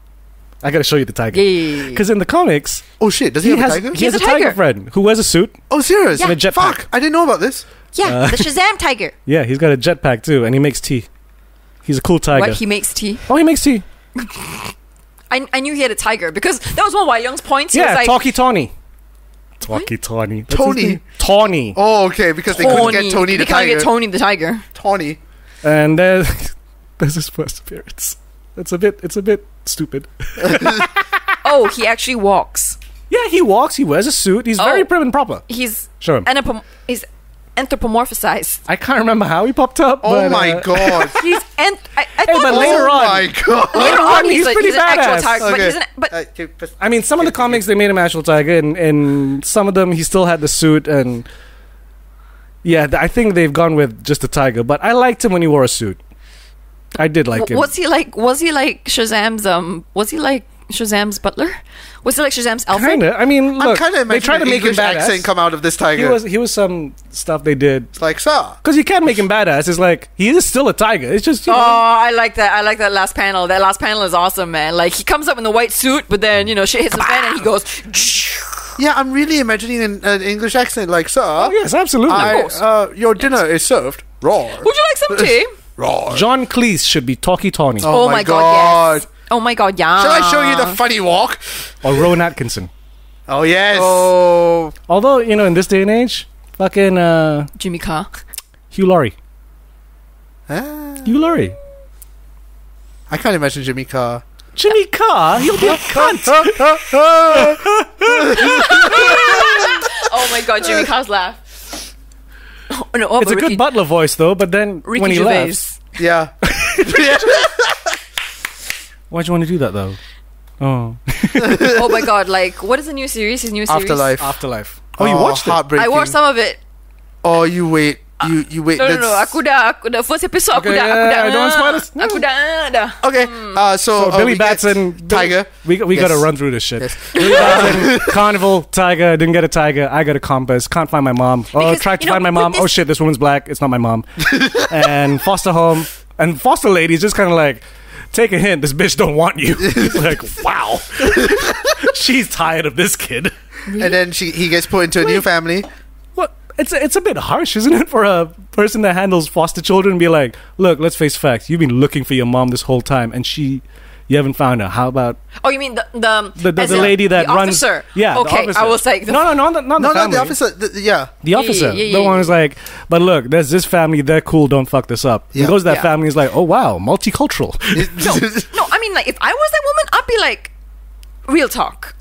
C: I gotta show you the
A: yeah,
C: tiger.
A: yeah, yeah, yeah.
C: Because in the comics,
B: Oh shit! Does he,
C: he
B: have
C: has
B: a tiger?
C: he has a tiger friend who wears a suit.
B: oh, serious?
C: And a jetpack.
B: Fuck! I didn't know about this.
A: yeah,
C: uh,
A: the Shazam tiger.
C: Yeah, he's got a jetpack too, and he makes tea. He's a cool tiger.
A: What he makes tea.
C: oh, he makes tea.
A: I, I knew he had a tiger because that was one of Wai Young's points. He
C: yeah,
A: was like,
C: Talkie Tawny. Talkie Tawny. That's his
B: Tawny.
C: name. Tawny.
B: Oh, okay. Because they couldn't get Tony
A: They
B: the
A: can't
B: tiger.
A: get Tony the tiger.
B: Tawny.
C: and there's, there's his first appearance. It's a bit. It's a bit stupid.
A: Oh, he actually walks.
C: Yeah, he walks. He wears a suit. He's very
A: Oh.
C: prim and proper.
A: He's
C: Show him.
A: anthropom- he's anthropomorphized.
C: I can't remember how he popped up.
B: Oh
C: but,
B: my
C: uh,
B: god.
A: He's anth- I, I
C: Hey,
A: thought
C: but
A: also-
C: later
B: oh
C: on-
B: my god.
A: later on he's,
C: he's
A: a,
C: pretty
A: he's an actual
C: badass.
A: tiger, but
B: Okay.
A: he's an, but
B: Uh, okay, but-
C: I mean, some of the comics they made him actual tiger, and, and some of them he still had the suit and. Yeah, th- I think they've gone with just the tiger, but I liked him when he wore a suit. I did like
A: w-
C: him.
A: was he like? Was he like Shazam's? Um, was he like Shazam's butler? Was he like Shazam's Alfred?
C: Kinda. I mean,
B: I'm
C: look,
B: kind of
C: they
B: imagining
C: tried to
B: an
C: make
B: English
C: him badass.
B: accent come out of this tiger.
C: he was he was some stuff they did
B: It's like, sir.
C: because you can make him badass. It's like he is still a tiger. It's just you
A: Oh,
C: know,
B: Uh,
A: I like that. I like that last panel. That last panel is awesome, man. Like he comes up in the white suit, but then you know shit hits the fan and he goes.
B: Yeah, I'm really imagining an, an English accent. Like, sir.
C: oh, yes, absolutely.
B: I,
A: course.
B: uh, your dinner is served raw.
A: Would you like some tea?
B: Raw.
C: John Cleese should be Talkie Tawny
B: Oh my
A: yes. Oh my god, yeah.
B: Shall I show you
A: Ah.
B: the funny walk?
C: or Rowan Atkinson.
B: Oh yes.
A: Oh,
C: Although you know, in this day and age, fucking uh,
A: Jimmy Carr.
C: Hugh Laurie,
B: Ah,
C: Hugh Laurie,
B: I can't imagine Jimmy Carr.
C: Jimmy Carr, he'll be a cunt.
A: Oh my god, Jimmy Carr's laugh. Oh, no, oh,
C: It's a
A: but Ricky,
C: good butler voice though, but then
A: Ricky
C: when he
A: Gervais.
C: laughs,
B: yeah.
C: why'd you want to do that though? Oh,
A: oh my god, like what is the new series? His new series.
B: Afterlife.
C: Afterlife. Oh, you watched it?
B: heartbreaking.
A: I watched some of it.
B: Oh, you wait. You you wait.
A: No, no, no.
B: that's-
A: Aku dah, aku dah. First episode, aku
C: Okay,
A: dah,
C: yeah,
A: aku dah.
C: I don't want spoilers.
A: ah, Aku dah, ah, dah.
B: Okay. Uh, so,
C: So
B: uh,
C: Billy
B: we get
C: Batson,
B: Tiger.
C: We we
B: Yes.
C: gotta run through this shit.
B: Yes.
C: Billy Batson, carnival, tiger. Didn't get a tiger. I got a compass. Can't find my mom. Oh,
A: Because,
C: tried to
A: you know,
C: find my
A: with
C: mom.
A: this-
C: oh shit, this woman's black. It's not my mom. and foster home and foster lady is just kind of like. Take a hint. This bitch don't want you. It's like, wow, she's tired of this kid.
B: and then she he gets put into a new family.
C: What? It's a, it's a bit harsh, isn't it, for a person that handles foster children? Be like, look, let's face facts. You've been looking for your mom this whole time, and she, you haven't found her. How about
A: Oh, you mean the the
C: the, the,
A: as
C: the
A: in
C: lady that
A: the
C: runs.
A: Officer.
C: Yeah. the
A: Okay,
C: officer.
A: I was like,
C: no, no, no, not, not
B: No, no,
C: the family.
B: the officer. The, the- yeah.
C: The officer,
A: yeah, yeah,
C: the
A: yeah,
C: one
A: yeah.
C: who's like, but look, there's this family. They're cool. Don't fuck this up.
B: Yeah.
C: He goes to that
A: Yeah.
C: family. He's like, oh wow, multicultural.
A: No, I mean, like, if I was that woman, I'd be like, real talk.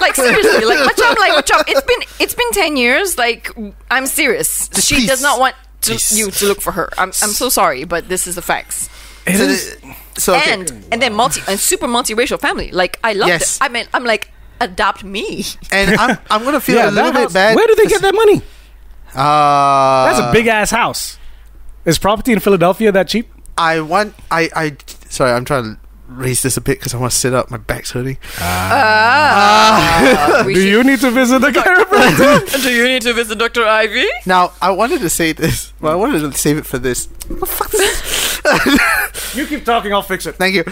A: Like seriously, like macam, like macam. It's been it's been ten years. Like I'm serious. She
B: Please.
A: does not want to,
B: Please.
A: you to look for her. I'm I'm so sorry, but this is the facts.
C: It
B: So,
C: is-
B: the- so, okay.
A: And and then multi and super multiracial family. Like I love it.
B: Yes.
A: I mean, I'm like adopt me.
B: and I'm I'm gonna feel
C: yeah,
B: a little
C: that house-
B: bit bad.
C: Where do they get that money?
B: Uh,
C: That's a big ass house. Is property in Philadelphia that cheap?
B: I want. I. I. Sorry, I'm trying to raise this a bit because I want to sit up. My back's hurting.
A: Ah. We
C: Do
A: should-
C: you need to visit the chiropractor?
A: Do you need to visit Dr. Ivy?
B: Now, I wanted to say this, but I wanted to save it for this. Oh, fuck this.
C: you keep talking, I'll fix it.
B: Thank you.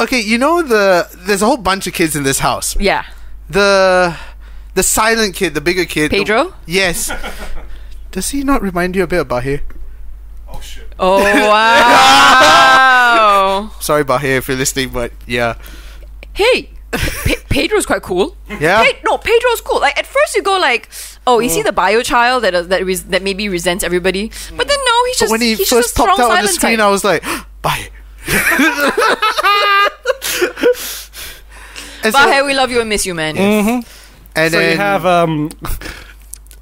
B: Okay, you know the there's a whole bunch of kids in this house.
A: Yeah.
B: The the silent kid, the bigger kid. the-
A: Pedro?
B: yes. Does he not remind you a bit of Bahir?
C: Oh shit.
A: Oh, wow.
B: Sorry, Bahir, if you're listening, but yeah,
A: hey, Pe- Pedro's quite cool.
B: yeah.
A: Pe- no, Pedro's cool. Like at first you go like, oh, is he the bio child that uh, that res- that maybe resents everybody? But then no, he's
B: But
A: just
B: when he
A: he's
B: first
A: just a strong
B: popped out on the
A: silent
B: screen,
A: type.
B: I was like, Bahir. and so,
A: Bahe, we love you and miss you, man.
B: Mm-hmm. and
C: so
B: then
C: you have um,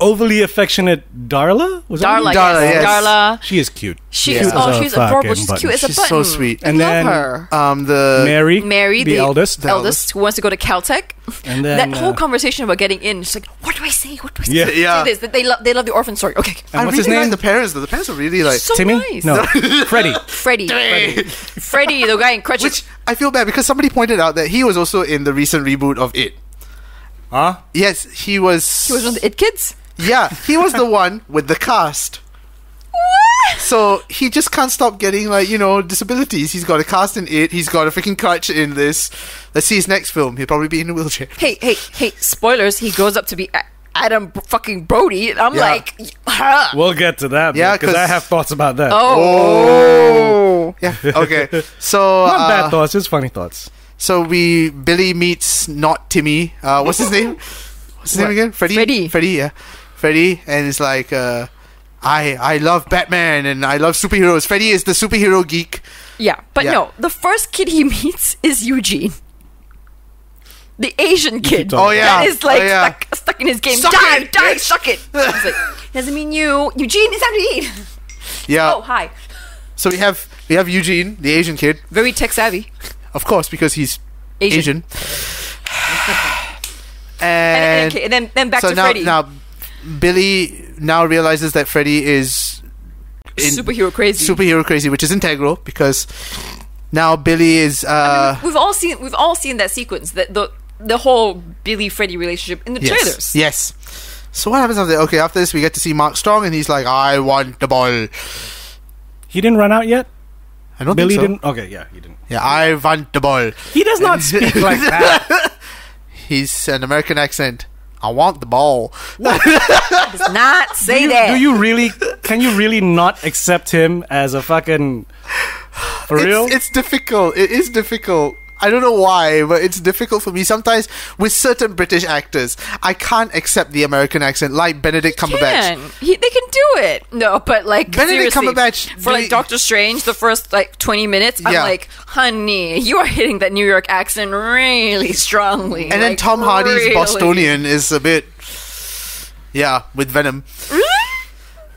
C: overly affectionate Darla. Was that her
A: Darla, Darla, yes.
B: Darla,
C: name?
B: yes.
A: Darla.
C: She is cute.
A: She's
C: Cute as
A: oh,
C: a
A: she's
C: fucking
A: adorable. She's
C: button.
A: cute as a
B: She's so
A: button.
B: sweet.
A: I
C: And
A: love
C: then-
A: her.
B: um the
C: Mary,
A: Mary,
C: the,
A: the-
C: eldest.
A: Eldest who wants to go to Caltech,
C: And then,
A: that whole
C: uh,
A: conversation about getting in. She's like, "What do I say? What do I say?"
C: Yeah.
B: Yeah.
A: Say this. That They love. They love the orphan story. Okay.
C: and
B: I
C: what's
B: really
C: his name?
B: Like the parents though. The parents are really like
A: So
C: Timmy?
A: nice.
C: No, Freddy.
A: Freddy. Freddy. Freddy, the guy in crutches.
B: Which I feel bad because somebody pointed out that he was also in the recent reboot of It.
C: Huh?
B: Yes, he was.
A: he was one of the it kids.
B: yeah, he was the one with the cast. So he just can't stop getting like you know disabilities. He's got a cast in it. He's got a freaking crutch in this. Let's see his next film. He'll probably be in a wheelchair.
A: hey, hey, hey, spoilers, he grows up to be A- Adam B- fucking Brody. And I'm
B: Yeah.
A: like, huh.
C: We'll get to that.
B: Yeah,
C: because
B: 'cause-
C: I have thoughts about that.
A: oh.
B: Yeah. Okay. So
C: Not
B: uh,
C: bad thoughts, just funny thoughts.
B: So we Billy meets not Timmy. Uh, what's his name? What's his name
C: What?
B: again? Freddy.
A: Freddy.
B: Freddy. Yeah. Freddy, and it's like, uh, I I love Batman and I love superheroes. Freddy is the superhero geek.
A: Yeah, but
B: Yeah.
A: no, the first kid he meets is Eugene. The Asian kid.
C: talking. Oh,
B: yeah.
A: That is like
B: Oh, yeah.
A: stuck, stuck in his game.
B: Suck
A: die,
B: it,
A: die,
B: bitch.
A: suck it. It's like, doesn't mean you. Eugene, it's time to eat.
B: Yeah.
A: Oh, hi.
B: So we have we have Eugene, the Asian kid,
A: Very tech savvy.
B: of course, because he's
A: Asian.
B: Asian.
A: And, and,
B: and
A: okay, and then, then back
B: so
A: to
B: now
A: Freddy.
B: now Billy now realizes that Freddy is in-
A: Superhero crazy.
B: superhero crazy, which is integral because now Billy is. Uh,
A: I mean, we've all seen we've all seen that sequence that the the whole Billy Freddy relationship in the
B: Yes.
A: trailers.
B: Yes. So what happens after? Okay, after this we get to see Mark Strong, and he's like, "I want the ball."
C: He didn't run out yet.
B: I don't
C: Billy
B: think so.
C: didn't. Okay, yeah, he didn't.
B: Yeah, I want the ball.
C: He does not speak like that.
B: He's an American accent. I want the ball.
A: Does not say
C: do, you,
A: that.
C: do you really? Can you really not accept him as a fucking for real?
B: It's, it's difficult. It is difficult. I don't know why, but it's difficult for me sometimes with certain British actors. I can't accept the American accent, like Benedict Cumberbatch.
A: can. He, they can do it. No, but like
B: Benedict
A: seriously,
B: Cumberbatch,
A: for
B: they-
A: like Doctor Strange, the first like twenty minutes, I'm
B: Yeah.
A: like, honey, you are hitting that New York accent really strongly.
B: And then
A: Like,
B: Tom Hardy's
A: really.
B: Bostonian is a bit, yeah, with Venom.
A: Really?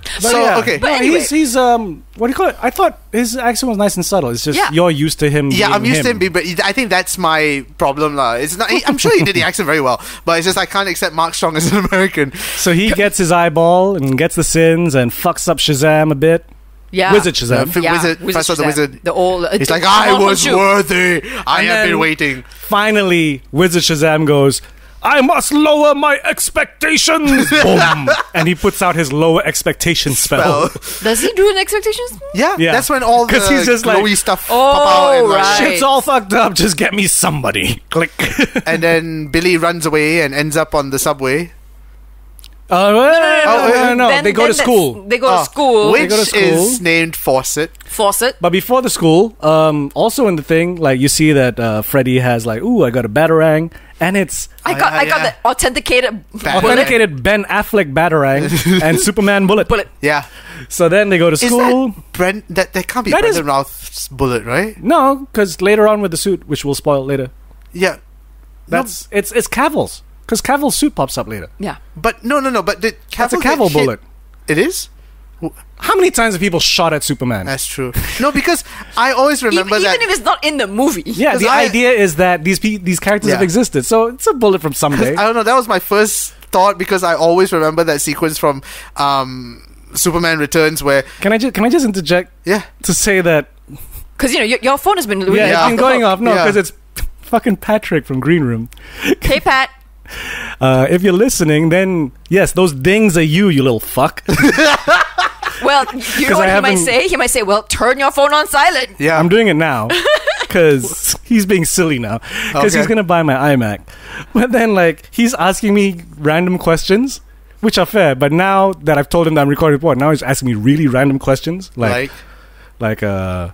C: But
B: so
C: yeah.
B: okay,
A: But
C: No,
A: anyway.
C: he's he's um. What do you call it? I thought his accent was nice and subtle. It's just
A: Yeah.
C: you're used to him.
B: Yeah,
C: being
B: I'm used to him, being- but I think that's my problem, lah. It's not. I'm sure he did the accent very well, but it's just I can't accept Mark Strong as an American.
C: So he gets his eyeball and gets the sins and fucks up Shazam a bit.
A: Yeah.
C: Wizard Shazam.
B: The wizard, first of the
A: Shazam.
B: wizard.
A: The old. uh,
B: He's like, I
A: Hong Kong
B: was
A: Jew.
B: worthy. I have
C: And then-
B: been waiting.
C: Finally, Wizard Shazam goes, I must lower my expectations. Boom. And he puts out his lower expectation spell.
A: Does he do an expectations?
B: Yeah,
C: Yeah.
B: that's when all the
C: 'Cause he's just like,
B: glowy stuff pop out, and,
A: "Oh,
B: like-
A: right."
C: Shit's all fucked up. Just get me somebody. Click.
B: and then Billy runs away and ends up on the subway,
C: Oh, no, no,
B: Oh,
C: no, no, no, no.
A: Then-
C: they go
A: then that's-
C: to school.
A: They go to
B: Ah,
A: school.
B: which
C: go to
B: is
C: school.
B: named Fawcett.
A: Fawcett.
C: But before the school, um, also in the thing, like you see that uh, Freddy has like, ooh, I got a batarang, and it's
A: I
B: Oh,
A: got
B: yeah,
A: I got
B: yeah.
A: the authenticated
B: Batarang.
A: bullet.
C: authenticated Ben Affleck batarang and Superman bullet.
A: bullet.
B: Yeah,
C: So then they go to
B: is
C: school.
B: that Brent? That that can't be
C: That is-
B: Brendan Routh's bullet, right?
C: No, because later on with the suit, which we'll spoil later.
B: Yeah,
C: That's it's it's Cavill's because Cavill's suit pops up later.
A: Yeah.
B: but no, no, no. But did Cavill
C: That's a
B: get
C: Cavill
B: hit?
C: bullet.
B: It is.
C: How many times have people shot at Superman?
B: That's true. No, because I always
A: Even,
B: remember
A: even
B: that.
A: if it's not in the movie.
C: yeah,
B: 'Cause
C: the
B: I-
C: idea is that these pe- these characters have
B: Yeah.
C: existed, so it's a bullet from someday.
B: I don't know. That was my first thought because I always remember that sequence from um, Superman Returns where
C: Can I just can I just interject
B: yeah,
C: to say that
A: Because you know your, your phone has been ringing
B: Yeah.
C: yeah, it's
A: off
C: been
A: the
C: going
A: hook.
C: off. No,
B: Yeah.
C: because it's fucking Patrick from Green Room.
A: Hey Pat,
C: Uh, if you're listening, then yes, those dings are you, you little fuck.
A: well, you know what he
C: I
A: might
C: haven't-
A: say? He might say, "Well, turn your phone on silent."
B: Yeah.
C: I'm doing it now because he's being silly now because he's
B: Okay.
C: gonna buy my iMac. But then, like, he's asking me random questions, which are fair. But now that I've told him that I'm recording, what now he's asking me really random questions, like, like,
B: like,
C: uh,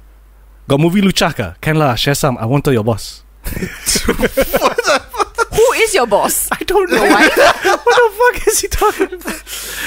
C: got movie Luchaka? Can la share some? I won't tell your boss.
A: Who is your boss?
C: I don't know.
A: Your
C: what
A: wife?
C: the fuck is he talking about?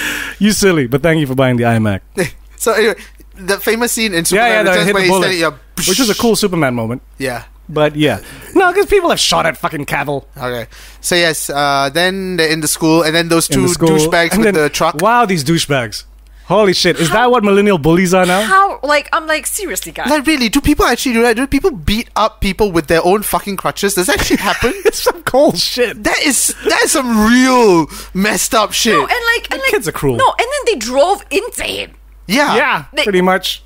C: You silly, but thank you for buying the iMac,
B: so anyway, the famous scene in
C: Yeah, yeah,
B: Superman
C: the
B: Returns
C: hit
B: where
C: the
B: he's
C: bullet.
B: standing, yeah,
C: which is a cool Superman moment.
B: yeah.
C: But yeah, no, because people have shot at fucking Cavill.
B: Okay. So yes, uh, then they're in the school, and then those
C: in
B: two
C: the school.
B: douchebags
C: And
B: with
C: then-
B: the truck.
C: Wow, these douchebags. Holy shit. Is that what millennial bullies are now?
A: How? Like, I'm like, seriously, guys.
B: Like really, do people actually do that? Do people beat up people with their own fucking crutches? Does that actually happen?
C: It's some cold shit.
B: that is that is some real messed up shit.
A: No, and like, and like,
C: kids are cruel.
A: No, and then they drove into him.
B: yeah.
C: Yeah,
A: They-
C: pretty much.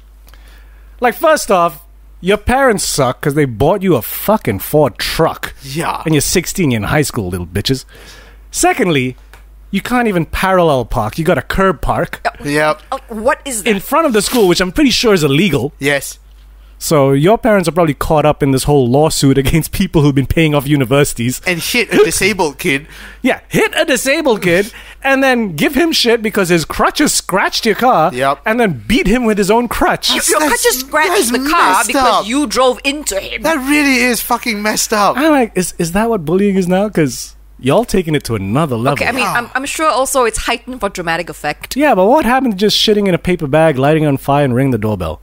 C: Like, first off, your parents suck because they bought you a fucking Ford truck.
B: Yeah.
C: And you're 16, you're in high school, little bitches. Secondly, you can't even parallel park. You got a curb park
B: Yep.
A: Like, what is that?
C: in front of the school, which I'm pretty sure is illegal.
B: Yes.
C: So your parents are probably caught up in this whole lawsuit against people who've been paying off universities.
B: And hit a disabled kid.
C: Yeah, hit a disabled kid and then give him shit because his crutches scratched your car.
B: Yep.
C: And then beat him with his own crutch.
A: You- your
B: That's-
A: car just scratched
B: that's
A: the car
B: messed
A: because
B: up.
A: you drove into him.
B: That really is fucking messed up.
C: I'm like, is, is that what bullying is now? Because y'all taking it to another level.
A: okay, I mean, I'm, I'm sure also it's heightened for dramatic effect.
C: yeah, but what happened to just shitting in a paper bag, lighting on fire, and ring the doorbell?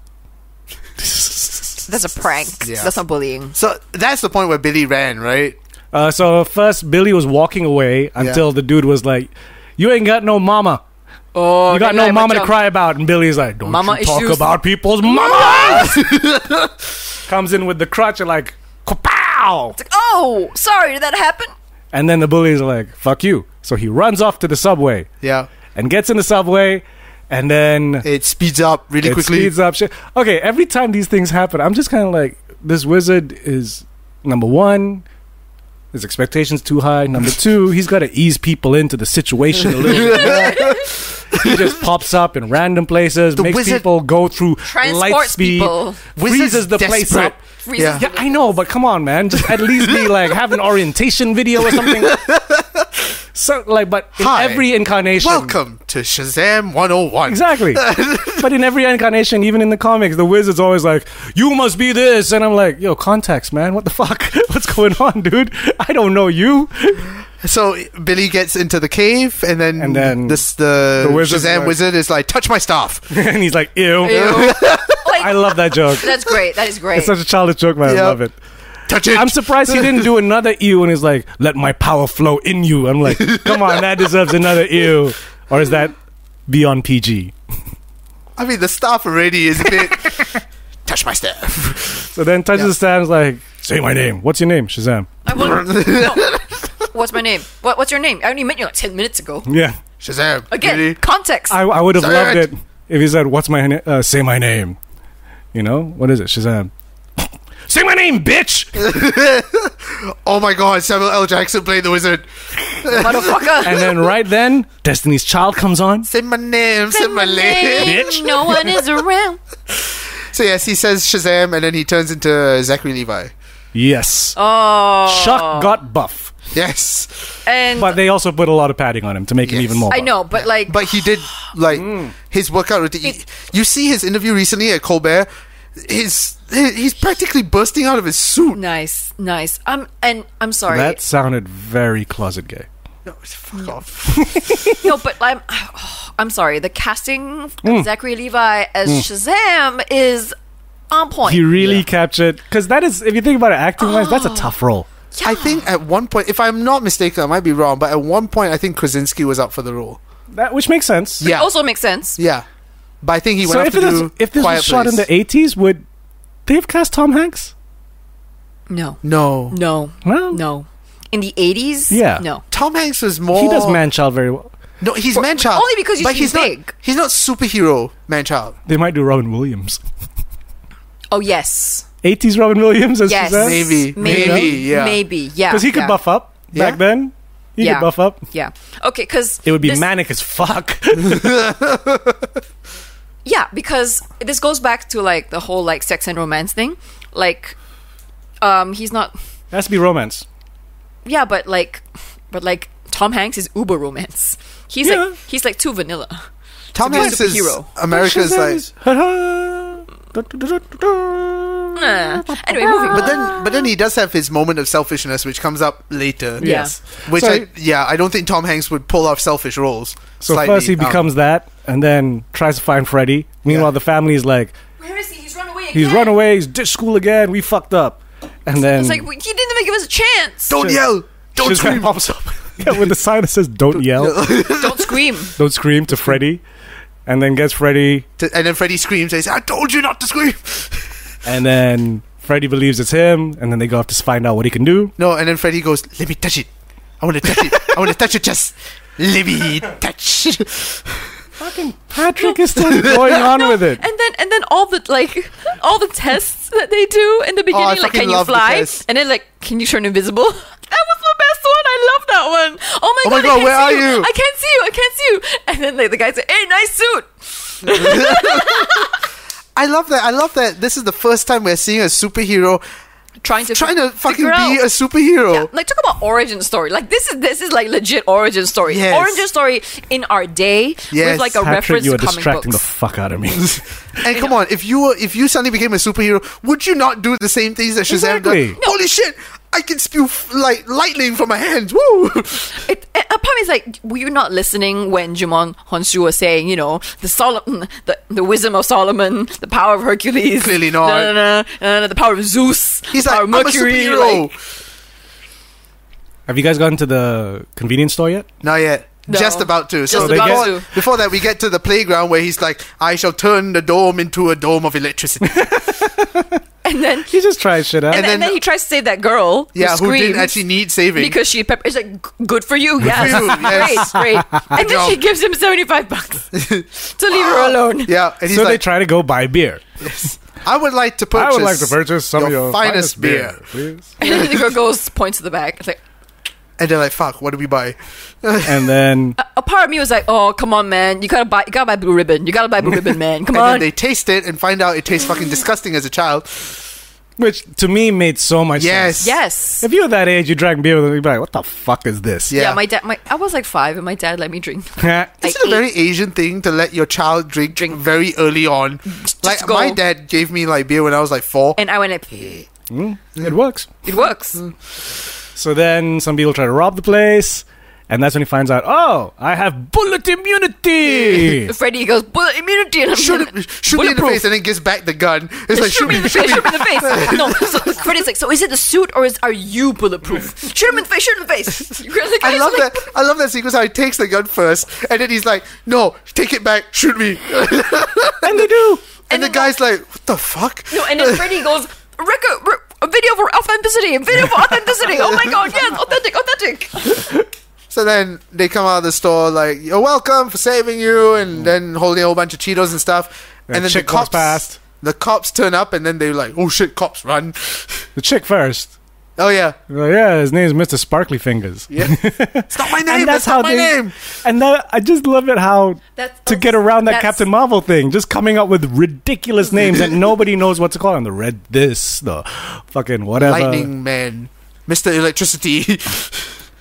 A: That's a prank.
B: Yeah.
A: That's not bullying.
B: So that's the point where Billy ran, right?
C: Uh, so first, Billy was walking away until the dude was like, "You ain't got no mama.
A: Oh,
C: You got no mama to cry about." And Billy's like, "Don't
A: Mama
C: you talk
A: issues.
C: about people's mamas." Comes in with the crutch and like, "Kapow!"
A: Oh, sorry, did that happen?
C: And then the bully's like, "Fuck you!" So he runs off to the subway
B: Yeah.
C: and gets in the subway, and then
B: It speeds up really
C: it
B: quickly.
C: speeds up shit. Okay, every time these things happen, I'm just kind of like, this wizard is number one. His expectations too high. Number two, he's got to ease people into the situation a little bit. more. he just pops up in random places,
B: The
C: makes
B: wizard-
C: people go through light
A: Transports
C: speed,
A: people.
B: Wizard's
C: freezes the place
B: desperate.
C: up.
A: Freezes
B: Yeah.
C: Yeah, I know, but come on, man. Just at least be like have an orientation video or something. so like, but in
B: Hi.
C: every incarnation,
B: Welcome to Shazam 101.
C: Exactly. but in every incarnation, even in the comics, the wizard's always like, "You must be this," and I'm like, "Yo, contacts, man. What the fuck? What's going on, dude? I don't know you."
B: So Billy gets into the cave, and then,
C: And then
B: this the,
C: the wizard's
B: Shazam
C: like-
B: wizard is like, "Touch my staff."
C: and he's like, "Ew."
A: Ew.
C: I
A: like,
C: love that joke.
A: that's great. That is great.
C: It's such a childish joke, man.
B: Yep.
C: I love it.
B: Touch it.
C: I'm surprised he didn't do another ew and he's like, "Let my power flow in you." I'm like, "Come on, that deserves another ew." Or is that beyond PG?
B: I mean, the staff already is a bit. Touch my staff.
C: So then touches
B: Yeah.
C: the stands like, "Say my name. What's your name?" Shazam.
A: I want- no. What's my name? What, what's your name? I only met you like 10 minutes ago.
C: Yeah.
B: Shazam.
A: Again,
B: Billy.
A: context.
C: I, I would have
B: Say
C: loved
B: it.
C: it if he said, "What's my na- uh, say my name?" You know what is it, Shazam? say my name, bitch!
B: Oh my God, Samuel L. Jackson played the wizard.
A: Motherfucker.
C: and then right then, Destiny's Child comes on.
B: Say my name. Say my name.
C: Bitch.
A: No one is around.
B: So yes, he says Shazam, and then he turns into Zachary Levi.
C: Yes,
A: Oh.
C: Chuck got buff,
B: Yes,
A: And
C: but they also put a lot of padding on him to make him
B: Yes.
C: even more.
A: I
C: buff.
A: know, but like,
B: but he did like his workout routine. you see his interview recently at Colbert. His he- he's practically bursting out of his suit.
A: nice, nice. I'm and I'm sorry.
C: That sounded very closet gay.
B: No, fuck off.
A: no, but I'm I'm sorry. The casting of
C: Mm.
A: Zachary Levi as Shazam is on point.
C: He really captured because that is, if you think about it, acting wise, that's a
B: Oh.
C: tough role.
B: I think at one point, if I'm not mistaken, I might be wrong, but at one point, I think Krasinski was up for the role.
C: That which makes sense.
B: Yeah,
A: Also makes sense.
B: yeah. But I think he went
C: So
B: up
C: if
B: to
C: this,
B: do
C: was, if this
B: Quiet
C: was shot in
B: Place.
C: the eighties, would they have cast Tom Hanks?
A: No,
B: no,
A: no,
C: No.
A: no. In the eighties,
C: Yeah.
A: no.
B: Tom Hanks was more.
C: He does man child very well.
B: No, he's
A: For-
B: man child.
A: only because you
B: but
A: see
B: he's
A: big.
B: Not, he's not superhero man child.
C: They might do Robin Williams.
A: Oh yes,
C: 80s Robin Williams as
A: yes,
C: Suzanne?
B: Maybe,
A: maybe,
B: maybe, yeah.
A: maybe, yeah,
C: Because he could
B: Yeah.
C: buff up
B: Yeah.
C: back then. He
A: Yeah.
C: could buff up.
A: yeah. Okay, because
C: It would be
A: this,
C: manic as fuck.
A: Yeah, because this goes back to like the whole like sex and romance thing. Like, um, he's not.
C: has to be romance.
A: Yeah, but like, but like Tom Hanks is uber romance. He's
C: Yeah.
A: like he's like too vanilla.
B: Tom
A: To be a
B: Hanks is
A: superhero.
B: America's like.
A: Eh. Anyway, moving
B: But
A: on.
B: then, but then he does have his moment of selfishness, which comes up later.
A: Yeah.
C: Yes.
B: Which
C: so,
B: I, yeah, I don't think Tom Hanks would pull off selfish roles.
C: so
B: Slightly,
C: first he
B: um,
C: becomes that, and then tries to find Freddy. Meanwhile,
B: Yeah.
C: the family is like,
A: Where is he? He's run away again.
C: he's run away, he's ditched school again. We fucked up, and then
A: It's like we- he didn't even give us a chance.
B: don't yell, don't
C: Shazam
B: scream.
C: pops up yeah, with the sign that says "Don't yell,
A: Don't scream.
C: don't scream" to Freddy, and then gets Freddy,
B: T- And then Freddy screams. and says, "I told you not to scream."
C: and then Freddy believes it's him, and then they go off to find out what he can do.
B: No, and then Freddy goes, "Let me touch it. I want to touch it. I want to touch your chest. Let me touch."
C: Fucking Patrick is still going on with it.
A: And then and then all the like all the tests that they do in the beginning,
B: Oh, I
A: like
B: fucking
A: can you
B: love the
A: fly?
B: tests.
A: And then like can you turn invisible? That was the best one. I love that one. Oh my
B: Oh my
A: god, I
B: God,
A: can't
B: where
A: see
B: are you?
A: I can't see you. I can't see you. And then like the guy said, "Hey, nice suit."
B: I love that. I love that. This is the first time we're seeing a superhero
A: Trying to
B: trying to fucking
A: figure
B: be
A: out.
B: a superhero.
A: Yeah, like talk about origin story. Like this is this is like legit origin story.
B: Yes.
A: Origin story in our day
B: Yes.
A: with like a
C: Patrick,
A: reference
C: you are
A: to comic
C: distracting
A: books.
C: the fuck out of me.
B: And come on, if you were, if you suddenly became a superhero, would you not do the same things that Shazam
C: Exactly.
B: does? Holy shit! I can spew f- like lightning from my hands. Woo!
A: It, a a problem is like were you not listening when Jimon Honshu was saying, you know, the Solomon, the, the wisdom of Solomon, the power of Hercules,
B: Clearly not.
A: no, no, no, no, the power of Zeus,
B: He's
A: the
B: like,
A: power
B: I'm
A: of Mercury,
B: a superhero.
A: like,
C: Have you guys gone to the convenience store yet?
B: not yet.
A: No.
B: Just about to.
A: Just
C: about
B: before,
A: to.
B: before that, we get to the playground where he's like, "I shall turn the dome into a dome of electricity."
A: and then.
C: He just tries shit out.
A: And, then, and
B: then-
A: then he tries to save that girl.
B: yeah, who
A: screams
B: didn't actually need saving.
A: because she pep- it's like "G- good for you, yes,
B: you, yes.
A: great, great. And then
B: job.
A: she gives him seventy five bucks to leave her alone.
B: yeah, and he's
C: so they
B: like,
C: try to go buy beer.
B: "I would like to purchase.
C: I would like to purchase some
B: your
C: of your
B: finest beer."
C: please.
A: And then the girl goes points to the back. It's like
B: And they're like, "Fuck, what do we buy?"
C: And then
A: a part of me was like, oh come on, man, you gotta buy, you gotta buy blue ribbon, you gotta buy blue ribbon, man, come
B: and
A: on.
B: then they taste it and find out it tastes fucking disgusting as a child.
C: which to me made so much
B: Yes.
C: sense.
A: yes,
C: If you were that age, you drank beer with them, you'd be like, what the fuck is this?
B: Yeah.
A: Yeah, my dad. My I was like five, and my dad let me drink.
C: Yeah.
A: I
B: Is it a
A: ate-
B: very Asian thing to let your child drink,
A: Drink.
B: very early on? like
A: go.
B: my dad gave me like beer when I was like four.
A: and I went like, "Pfft,
C: Mm, it works.
A: it works.
B: Mm-hmm.
C: So then some people try to rob the place. And that's when he finds out, oh, I have bullet immunity.
A: Freddy goes bullet immunity, and I'm
B: Shoot,
A: gonna-
B: him- shoot me in the
A: bulletproof.
B: face and then gives back the gun. It's like
A: shoot me in the face! Shoot me in the face! No, so Freddy's like, so is it the suit or is are you bulletproof? Shoot him in the face! Shoot him in the face! You guys- the
B: I
A: guy's
B: love
A: like,
B: that. I love that sequence. How he takes the gun first, and then he's like, "No, take it back. Shoot me." and,
C: and they do.
B: the
A: then-
B: guy's like, "What the fuck?"
A: No, and then Freddy goes, record, re- a video for authenticity, a video for authenticity. Oh my god, yes, authentic, authentic.
B: So then they come out of the store like, "You're welcome for saving you," and then holding a whole bunch of Cheetos and stuff.
C: And
B: And, then the
C: chick Mm. comes
B: cops
C: past.
B: The cops turn up, and then they're like, "Oh shit, cops run!"
C: The chick first.
B: Oh yeah,
C: Like, yeah, his name is Mr. Sparkly Fingers.
B: Yeah. it's not my name.
C: And
B: that's, not my
C: they-
B: name.
C: And that, I just love it how
A: That's
C: to get around that
A: that's-
C: Captain Marvel thing, just coming up with ridiculous names that nobody knows what to call them. The red this, the fucking whatever,
B: Lightning Man, Mister Electricity.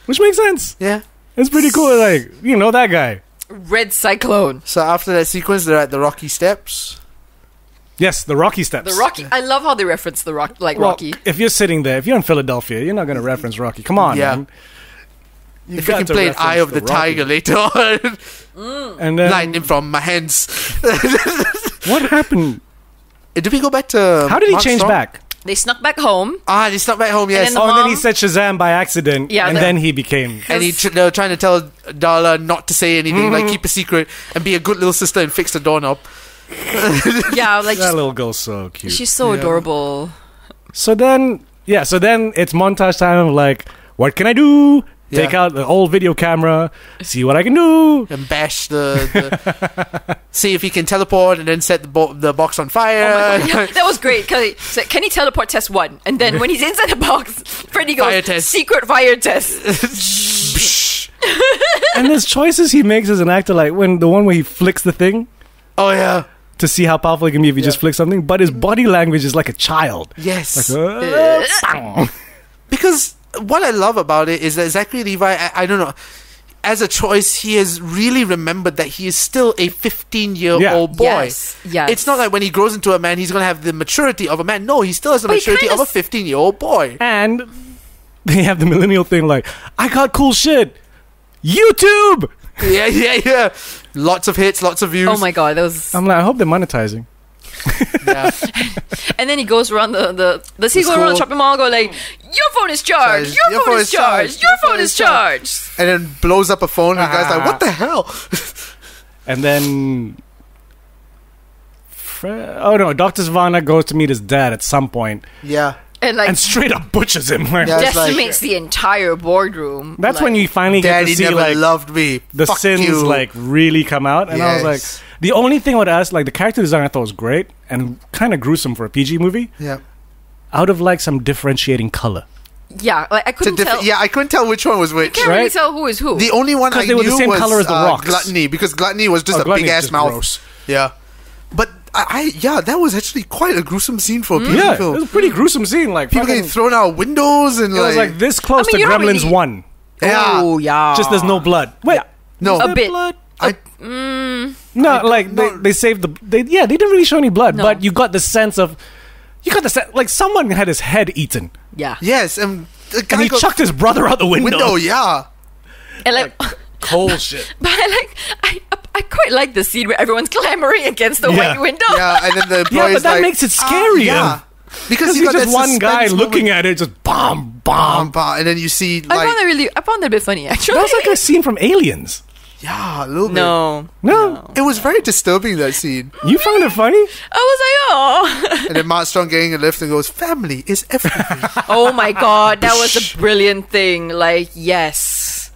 C: which makes sense.
B: yeah.
C: It's pretty cool. Like you know that guy.
A: Red Cyclone.
B: So after that sequence, they're at the Rocky Steps.
C: Yes, the Rocky steps.
A: The Rocky. I love how they reference the Rock, like
C: Well,
A: Rocky.
C: If you're sitting there, if you're in Philadelphia, you're not going to reference Rocky. Come on,
B: Yeah.
C: man. You
B: if we
C: got
B: can
C: to
B: play an
C: reference
B: Eye of the,
C: Rocky.
B: Tiger later on,
C: and then
B: lightning from my hands.
C: what happened?
D: Uh,
B: Did we go back
D: um,
B: to?
C: How did he
B: Mark
C: change
B: Strong?
C: back?
A: They snuck back home.
B: Ah, he's not back home. Yes,
A: then
B: and,
A: the-
C: oh, and then he
A: mom-
C: said Shazam by accident,
A: Yeah,
C: and
A: the-
C: then he became.
B: he tr-
D: uh,
B: they were trying to tell Darla not to say anything, like keep a secret and be a good little sister and fix the doorknob.
A: Yeah, like
C: That little girl's so cute.
A: she's so
B: Yeah.
A: adorable.
C: So then, yeah, so then it's montage time of like, what can I do? Take
D: Yeah.
C: out the old video camera, see what I can do.
D: and bash the, the see if he can teleport and then set the, bo- the box on fire.
A: Oh my God, yeah, that was great. Cause he said, can he teleport test one? And then when he's inside the box, Freddy goes
D: Fire test.
A: secret fire test.
C: and there's choices he makes as an actor, like when the one where he flicks the thing
D: oh yeah,
C: to see how powerful he can be if he just
D: Yeah.
C: flicks something, but his body language is like a child.
D: yes.
C: Uh, bang.
D: because what I love about it is that Zachary Levi, I, I don't know, as a choice, he has really remembered that he is still a 15 year
C: Yeah.
D: old boy.
A: Yes, yes.
D: It's not like when he grows into a man, he's going to have the maturity of a man. No, he still has the
A: But he
D: maturity
A: kinda
D: of a
A: s-
D: 15 year old boy.
C: and they have the millennial thing like, I got cool shit. YouTube.
D: yeah, yeah, yeah. Lots of hits, lots of views.
A: Oh my god, that was.
C: I'm like, I hope they're monetizing.
D: Yeah.
A: And then he goes around the the does he
D: The
A: go around the
D: school.
A: shopping mall? Go like, your phone is charged.
B: Charged.
A: Your, phone, is charged. Your phone is charged.
B: and then blows up a phone, and the guy's
D: Ah.
B: like, "What the hell?"
C: And then. Fre- Oh no! Doctor Zvana goes to meet his dad at some point
B: yeah,
A: And like
C: and straight up butchers him. Like,
B: Yeah. it's like-
A: decimates the entire boardroom.
C: That's when
A: Like,
C: you finally get to
B: Daddy
C: see
B: never
C: like
B: loved me.
C: the
B: Fuck
C: sins
B: you.
C: like really come out, and I was
B: Yes.
C: like, the only thing I would ask, like the character design I thought was great and kind of gruesome for a PG movie.
B: yeah.
C: I would have liked some differentiating color
A: yeah, like I
B: To
A: couldn't
B: diff-
A: tell.
B: yeah, I couldn't tell which one was which.
A: can't really
C: right?
A: tell who is who.
B: The only one
C: 'Cause
B: I
C: they were the
B: knew
C: same
B: was
C: color as the
B: uh,
C: rocks.
B: gluttony because gluttony was just
C: Oh,
B: a
C: Gluttony
B: big
C: is
B: ass
C: just
B: mouth.
C: gross.
B: Yeah, but I, I yeah, that was actually quite a gruesome scene for a
A: Mm.
B: PG
C: Yeah, it
B: film.
C: was a pretty gruesome scene. Like
B: People
C: fucking-
B: getting thrown out of windows and
C: it was
B: like,
C: like this close
A: I mean, you
C: to
A: don't
C: Gremlins
A: really-
C: One.
B: yeah,
A: Oh yeah.
C: Just there's no blood. Wait,
B: Ah. no,
A: a bit.
C: blood?
B: I,
C: No, like they,
B: no.
C: they saved the. They, yeah, they didn't really show any blood,
A: No.
C: but you got the sense of. You got the sense like someone had his head eaten,
A: Yeah.
B: yes, and the guy
C: and he
B: got
C: chucked his brother out the window.
B: window. Yeah,
A: And like, but
C: Cold shit.
A: I like I I quite like the scene where everyone's clamoring against the
C: Yeah.
A: white window.
B: yeah, and then the
C: Yeah,
B: employee's
C: but that
B: like,
C: makes it
B: "Ah,
C: scarier.
B: yeah, because
C: Because
B: you
C: he's
B: got
C: just
B: that
C: one guy
B: suspense moment.
C: looking at it, just bomb,
B: Bum,
C: bomb.
B: bum, and then you see
A: I
B: like
A: found that really I found that a bit funny actually.
C: That was like a scene from Aliens.
B: yeah, a little bit.
A: no.
C: No,
B: It was very disturbing that scene.
C: you found it funny.
A: I Oh, was like,
B: And then Mark Strong getting a lift and goes, "Family is everything."
A: oh, oh my god, that was a brilliant thing. Like, yes,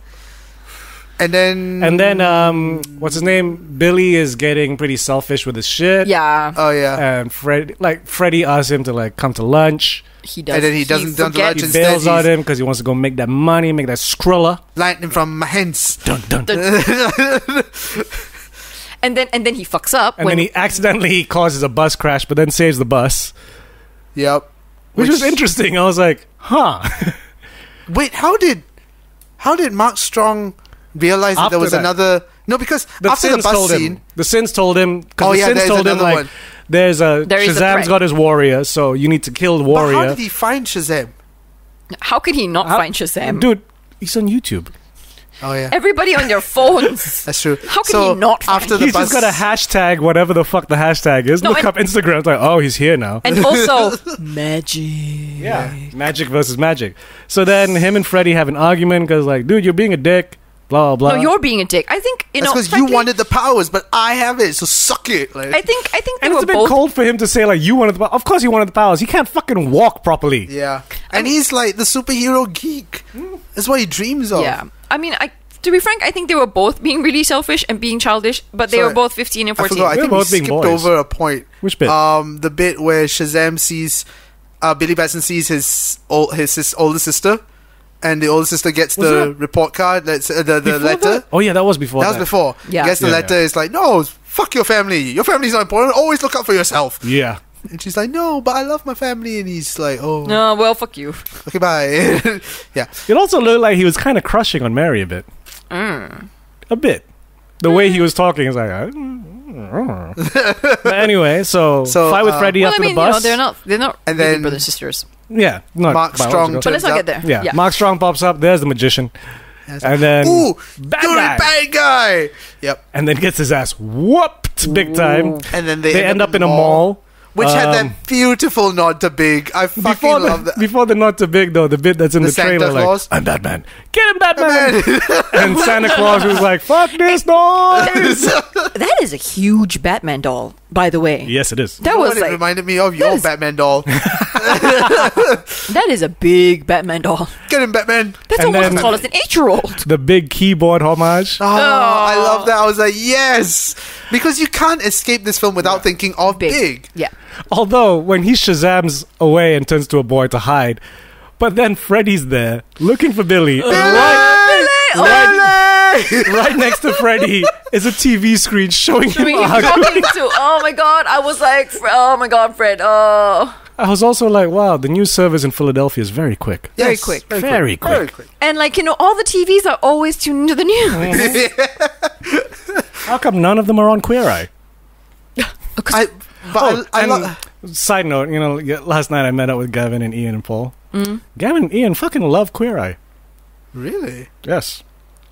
B: and then
C: And then, um, what's his name? Billy is getting pretty selfish with his shit.
A: yeah,
B: oh yeah,
C: And Fred, like Freddy, asks him to like come to lunch.
A: he does.
B: and then he doesn't done the
A: forget-
B: legend.
C: He
B: Instead,
C: bails on
B: he's-
C: him because he wants to go make that money, make that scroller.
B: lightning from my hands.
C: Dun dun.
A: and then and then he fucks up
C: and
A: when
C: then he accidentally causes a bus crash, but then saves the bus,
B: Yep.
C: which, was interesting. I was like, huh.
B: Wait, how did how did Mark Strong realize that
C: After
B: there was
C: that.
B: another? No, because
C: The
B: after the
C: sins
B: bus
C: told
B: scene,
C: him. The sins told him. 'cause
B: Oh,
C: the
B: yeah,
C: sins
B: there's
C: told him
B: another
C: like,
B: one.
C: there's a
A: There is a
C: Shazam's
A: threat.
C: got his warrior, so you need to kill
B: but how
C: warrior.
B: did he find Shazam?
A: how could he not
C: How-
A: find Shazam?
C: Dude, he's on YouTube.
B: Oh yeah,
A: Everybody on their phones.
B: that's true.
A: How can
B: so
A: he not find
B: after the
C: He's
B: bus?
C: just got a hashtag, whatever the fuck the hashtag is.
A: No,
C: Look
A: and-
C: up Instagram. It's like, oh, he's here now.
A: and also magic.
C: Yeah, magic versus magic. So then him and Freddy have an argument because, like, dude, you're being a dick. Blah blah.
A: No,
C: blah.
A: you're being a dick. I think you
B: that's
A: know.
B: because you
A: frankly,
B: wanted the powers, but I have it, so suck it. Like,
A: I think I think they
C: and it's
A: were
C: a bit
A: both.
C: cold for him to say like you wanted the. pow- Of course, he wanted the powers. He can't fucking walk properly.
B: yeah, and he's like the superhero geek.
C: Hmm.
B: That's what he dreams of.
A: Yeah, I mean, I to be frank, I think they were both being really selfish and being childish, but they
B: Sorry.
A: were both fifteen and
B: I
A: fourteen.
B: forgot. I
C: They're
B: think we
C: both being
B: skipped
C: boys.
B: over a point.
C: Which bit?
B: Um, the bit where Shazam sees uh, Billy Batson sees his old, his sis older sister, and the older sister gets
C: Was
B: the
C: that-
B: report card. That's uh, the the
C: Before
B: letter.
C: that? Oh yeah, that was before.
B: That was before.
A: Yeah.
B: Gets the
C: Yeah,
B: letter.
C: yeah.
B: It's like no. Fuck your family. Your family's not important. Always look out for yourself.
C: Yeah.
B: And she's like, no, but I love my family. And he's like, oh,
A: No, well, fuck you.
B: okay, bye. yeah,
C: It also looked like he was kind of crushing on Mary a bit.
A: Mm.
C: A bit. The way he was talking is like. uh, but anyway, so,
B: So,
C: fight with
B: uh,
C: Freddy
A: Well, I
C: after
A: mean,
C: the
A: you know,
C: bus.
A: they're not they're not
B: And
A: really
B: then-
A: brothers and sisters.
C: yeah, not
B: Mark Strong
C: biological.
A: But let's
B: turns
A: not
B: out-
A: get there.
C: Yeah. Mark Strong pops up. There's the magician, and then
B: Ooh,
C: Um, bad
B: you're
C: guy.
B: a bad guy. Yep.
C: and then gets his ass whooped big time.
B: And then
C: They,
B: they,
C: end up in a mall.
B: which had
C: Um,
B: that beautiful nod to Big. I fucking
C: Before
B: love
C: the,
B: that.
C: before the not too big though, the bit that's in
B: The
C: the,
B: Santa
C: trailer, like
B: Claus?
C: I'm Batman, get him Batman, and Santa Claus was like, "Fuck this noise."
A: That is a huge Batman doll. by the way.
C: Yes, it is.
A: That
B: You know
A: was
B: what it
A: like
B: reminded me of your
A: is-
B: Batman doll.
A: that is a big Batman doll.
B: Get him, Batman.
A: That's
C: And
A: almost
C: then-
A: as tall as an eight-year-old.
C: The big keyboard homage.
B: Oh, I love that. I was like, yes, because you can't escape this film without thinking of big.
A: Big. Yeah.
C: Although when he Shazams away and turns to a boy to hide, but then Freddy's there looking for Billy. and right,
A: Billy!
B: Billy!
C: right next to Freddy is a TV screen showing
A: I
C: him.
A: mean, he's
C: Aquaman.
A: talking to. Oh my god! I was like, Fre- oh my god, Fred. Oh.
C: I was also like, wow, the news service in Philadelphia is very quick.
A: Very quick.
C: Very quick.
B: Very quick.
A: And like you know, all the TVs are always tuned into the news.
C: How come none of them are on Queer Eye?
B: I, but
C: Oh,
B: I, I
C: and
B: lo-
C: side note, you know, y- last night I met up with Gavin and Ian and Paul. Gavin and Ian fucking love Queer Eye.
B: really.
C: Yes.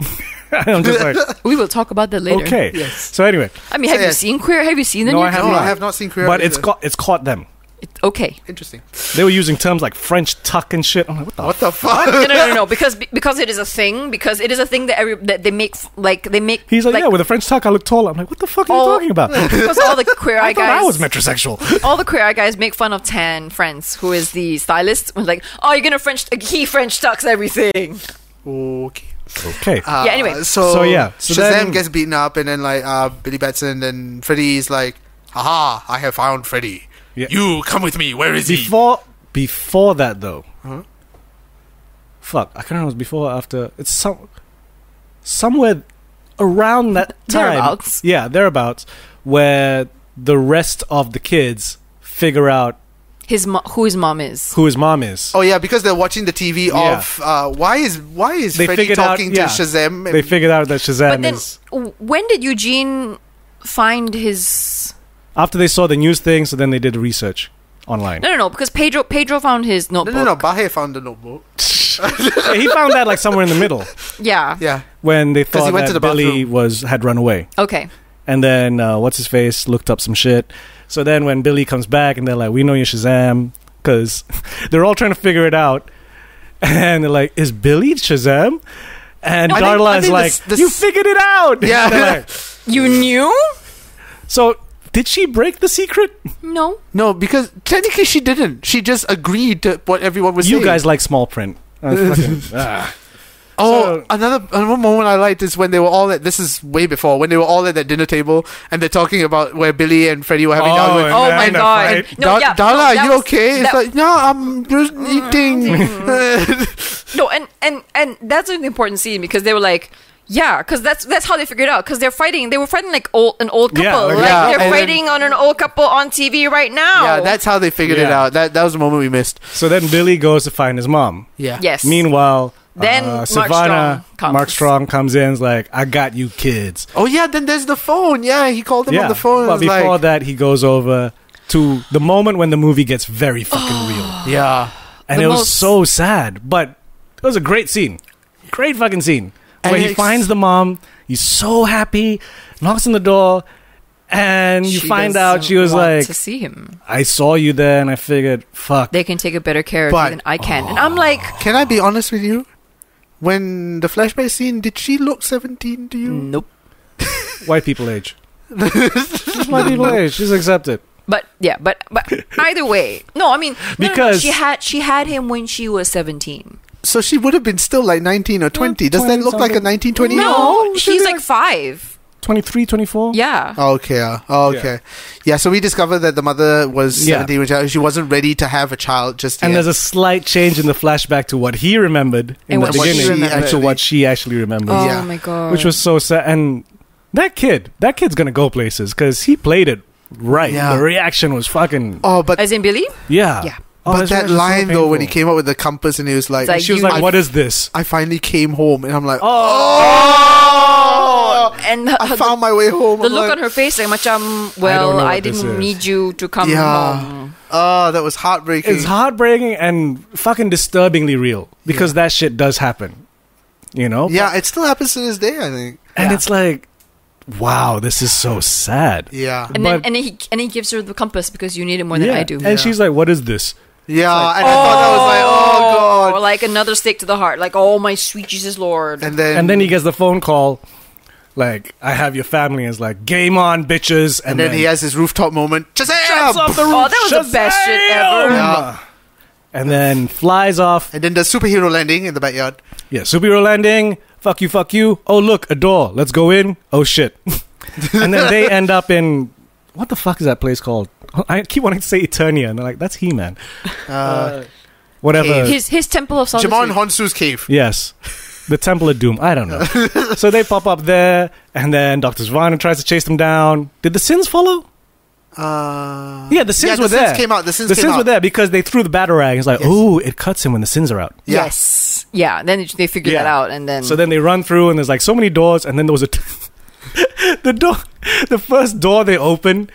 C: And I'm just like,
A: we will talk about that later.
C: okay.
B: Yes.
C: So anyway,
A: I mean, have you
B: Yes.
A: seen Queer? Have you seen the
C: No,
A: new?
C: I haven't.
B: No,
C: Right.
B: I have not seen Korea.
C: but it's
B: either.
C: caught, it's caught them.
A: It- okay.
B: interesting.
C: They were using terms like French tuck and shit. I'm like, what the?
B: What the fuck?
A: No, no, no, no, no. Because because it is a thing. Because it is a thing that every that they make f- like they make.
C: He's like, yeah, with a French tuck, I look taller. I'm like, what the fuck are you
A: Oh.
C: talking about? I
A: because all the queer eye
C: thought
A: guys,
C: I was metrosexual.
A: all the queer eye guys make fun of Tan France, who is the stylist. We're like, oh, you're gonna French. He French tucks everything.
B: okay.
C: okay.
B: Uh,
A: Yeah, anyway.
B: So,
C: So, yeah, so
B: Shazam
C: then-
B: gets beaten up, and then like uh, Billy Batson and Freddy's like, "Haha! I have found Freddy.
C: Yeah.
B: You come with me. Where is he?"
C: before before that though. Fuck, I can't remember. It was before or after. It's some somewhere around that time.
A: Thereabouts.
C: Yeah, thereabouts, where the rest of the kids figure out
A: His mo- who his mom is.
C: who his mom is.
B: Oh yeah, because they're watching the TV
C: Yeah.
B: of uh, why is why is
C: They
B: Freddy
C: figured out-
B: talking to
C: yeah.
B: Shazam?
C: They figured out that Shazam
A: But then,
C: is
A: w- when did Eugene find his?
C: after they saw the news thing. So then they did research online.
A: No, no, no. Because Pedro Pedro found his
B: no,
A: notebook.
B: no, no. Bahe found the notebook.
C: Yeah, he found that like somewhere in the middle
A: Yeah.
B: Yeah,
C: when they
B: 'Cause
C: thought
B: he went
C: that
B: to the
C: Billy
B: bathroom.
C: was had run away.
A: Okay.
C: And then uh, what's his face looked up some shit. So then when Billy comes back and they're like, "We know you're Shazam," because they're all trying to figure it out, and they're like, "Is Billy Shazam?" And
B: I think- I
C: Darla
B: think
C: is
B: the
C: like,
B: s- the
C: "You
B: s-
C: figured it out."
B: Yeah.
C: They're like,
A: You knew?
C: so did she break the secret?
A: No.
D: No, because technically she didn't. She just agreed to what everyone was
C: You
D: saying.
C: guys like small print. Uh, fucking- ah.
D: Oh,
C: So-
D: another another moment I liked is when they were all at this is way before when they were all at that dinner table and they're talking about where Billy and Freddy were having
C: Oh,
D: argument.
C: and
A: Oh
C: then
A: my
C: the
A: God.
C: fight.
A: No,
D: Da-
A: yeah,
D: Darla,
A: no,
D: are
A: that
D: you
A: was-
D: okay?
A: that- Mm-hmm.
D: it's like no, I'm just eating.
A: No, and and and that's an important scene because they were like, yeah, because that's that's how they figured it out because they're fighting. They were fighting like old an old couple.
C: Yeah, like-
A: like
D: Yeah,
A: they're
D: and then-
A: fighting on an old couple on TV right now.
D: yeah, that's how they figured it
C: Yeah.
D: out. That that was the moment we missed.
C: So then Billy goes to find his mom.
D: Yeah.
A: yes.
C: Meanwhile,
A: Then
C: uh,
A: Mark
C: Savannah,
A: Strong comes.
C: Mark Strong comes in, is like, "I got you, kids."
D: Oh yeah, then there's the phone. Yeah, he called them on the phone.
C: But
D: and was
C: before
D: like,
C: that, he goes over to the moment when the movie gets very fucking real,
D: yeah,
C: and
A: Oh, The
C: it was
A: most-
C: so sad. But it was a great scene, great fucking scene
D: And
C: where he
D: it's-
C: finds the mom. He's so happy, knocks on the door, and you
A: She
C: find out
A: doesn't
C: she was
A: want
C: like,
A: to see him.
C: "I saw you there, and I figured, fuck."
A: They can take a better care of
B: But-
A: you than I can, and I'm like,
B: Can I be honest with you? When the flashback scene, did she look seventeen to you?
D: Mm.
A: nope.
C: white people age. white people age. She's accepted.
A: But yeah, but but either way, no. I mean, no, no, no,
C: Because-
A: she had she had him when she was 17.
B: So she would have been still like nineteen or twenty. Does that look like a nineteen twenty?
A: No,
C: No,
A: she's
C: she's
A: like
C: like-
A: five.
C: 23, 24?
A: Yeah.
B: Okay. Uh, oh, okay. Yeah. So we discovered that the mother was
C: Yeah.
B: seventeen. When she, she wasn't ready to have a child just
C: And
B: yet.
C: there's a slight change in the flashback to what he remembered in
A: And
C: the
A: what she
C: beginning and
B: remembered.
C: to what she actually remembers.
A: Oh
B: Yeah.
A: my god.
C: which was so sad. And that kid, that kid's gonna go places because he played it right.
B: Yeah.
C: The reaction was fucking
B: oh, but
A: as in Billy.
C: yeah.
A: Yeah.
C: Oh,
B: but
C: that's
B: that
C: why it's so
B: line though, when he
C: painful.
B: came up with the compass and he was like,
A: It's like,
C: she was
A: You-
C: like,
A: I-
C: "What is this?"
B: "I finally came home," and I'm like, "Oh,
C: Uh,
A: Oh, and her,
B: I
A: her-
B: found my way home."
A: the
B: I'm
A: look
B: like,
A: on her face, like, macam,
C: I don't
A: well,
C: know
A: I,
C: what this
A: didn't
C: is."
A: need you to come
B: Yeah.
A: home.
B: Oh, that was heartbreaking.
C: It's heartbreaking and fucking disturbingly real because that shit does happen. You know.
B: yeah, it still happens to this day. I think.
C: And it's like, wow, this is so sad.
B: Yeah.
A: And then,
C: But-
A: and then he and he gives her the compass because you need it more than I do.
C: And she's like, "What is this?"
B: Yeah, and I thought that was like, oh god.
A: Or like another stick to the heart, like, oh my sweet Jesus Lord.
B: and then
C: And then he gets the phone call. Like I have your family is like game on bitches,
B: And
C: and,
B: then he has his rooftop moment.
C: jumps off
B: Shazam!
C: the roof.
A: Oh, that was the best shit ever.
C: Shazam!
B: Yeah.
C: And then flies off.
B: And then the superhero landing in the backyard.
C: Yeah, superhero landing. Fuck you, fuck you. Oh look, a door. Let's go in. Oh shit. and then they end up in what the fuck is that place called? I keep wanting to say Eternia, and they're like, that's He Man.
B: Uh,
C: Whatever.
B: Cave.
A: His his temple of solitude.
B: Jamon Honsu's cave.
C: Yes. The Temple of Doom. I don't know. so they pop up there, and then Dr. Zvana tries to chase them down. Did the sins follow?
B: Uh,
C: Yeah, the sins
B: the
C: were there.
B: Sins came out. The sins
C: the
B: came
C: sins
B: out.
C: were there because they threw the batarang. It's like,
B: Yes.
C: oh, it cuts him when the sins are out.
B: Yeah.
A: Yes. Yeah. Then they- they figure that
C: Yeah.
A: out, and then
C: So then they run through, and there's like so many doors, and then there was a. T- the door. The first door they open,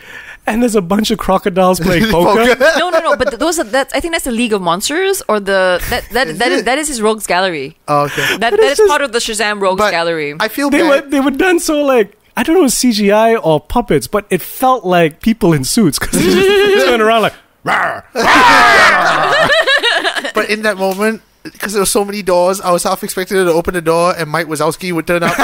C: and there's a bunch of crocodiles playing poker.
B: Poker.
A: no, no, no. But th- those are that's I think that's the League of Monsters or the that that that, that, is, that is his Rogues Gallery.
B: Oh, okay.
A: That, that
C: it's
A: is
C: just-
A: part of the Shazam Rogues
B: But
A: Gallery.
B: I feel
C: They
B: bad.
C: were, they were done so like. I don't know if it was CGI or puppets, but it felt like people in suits because they just turn around like,
B: But in that moment, because there were so many doors, I was half expecting her to open the door and Mike Wazowski would turn up.
C: it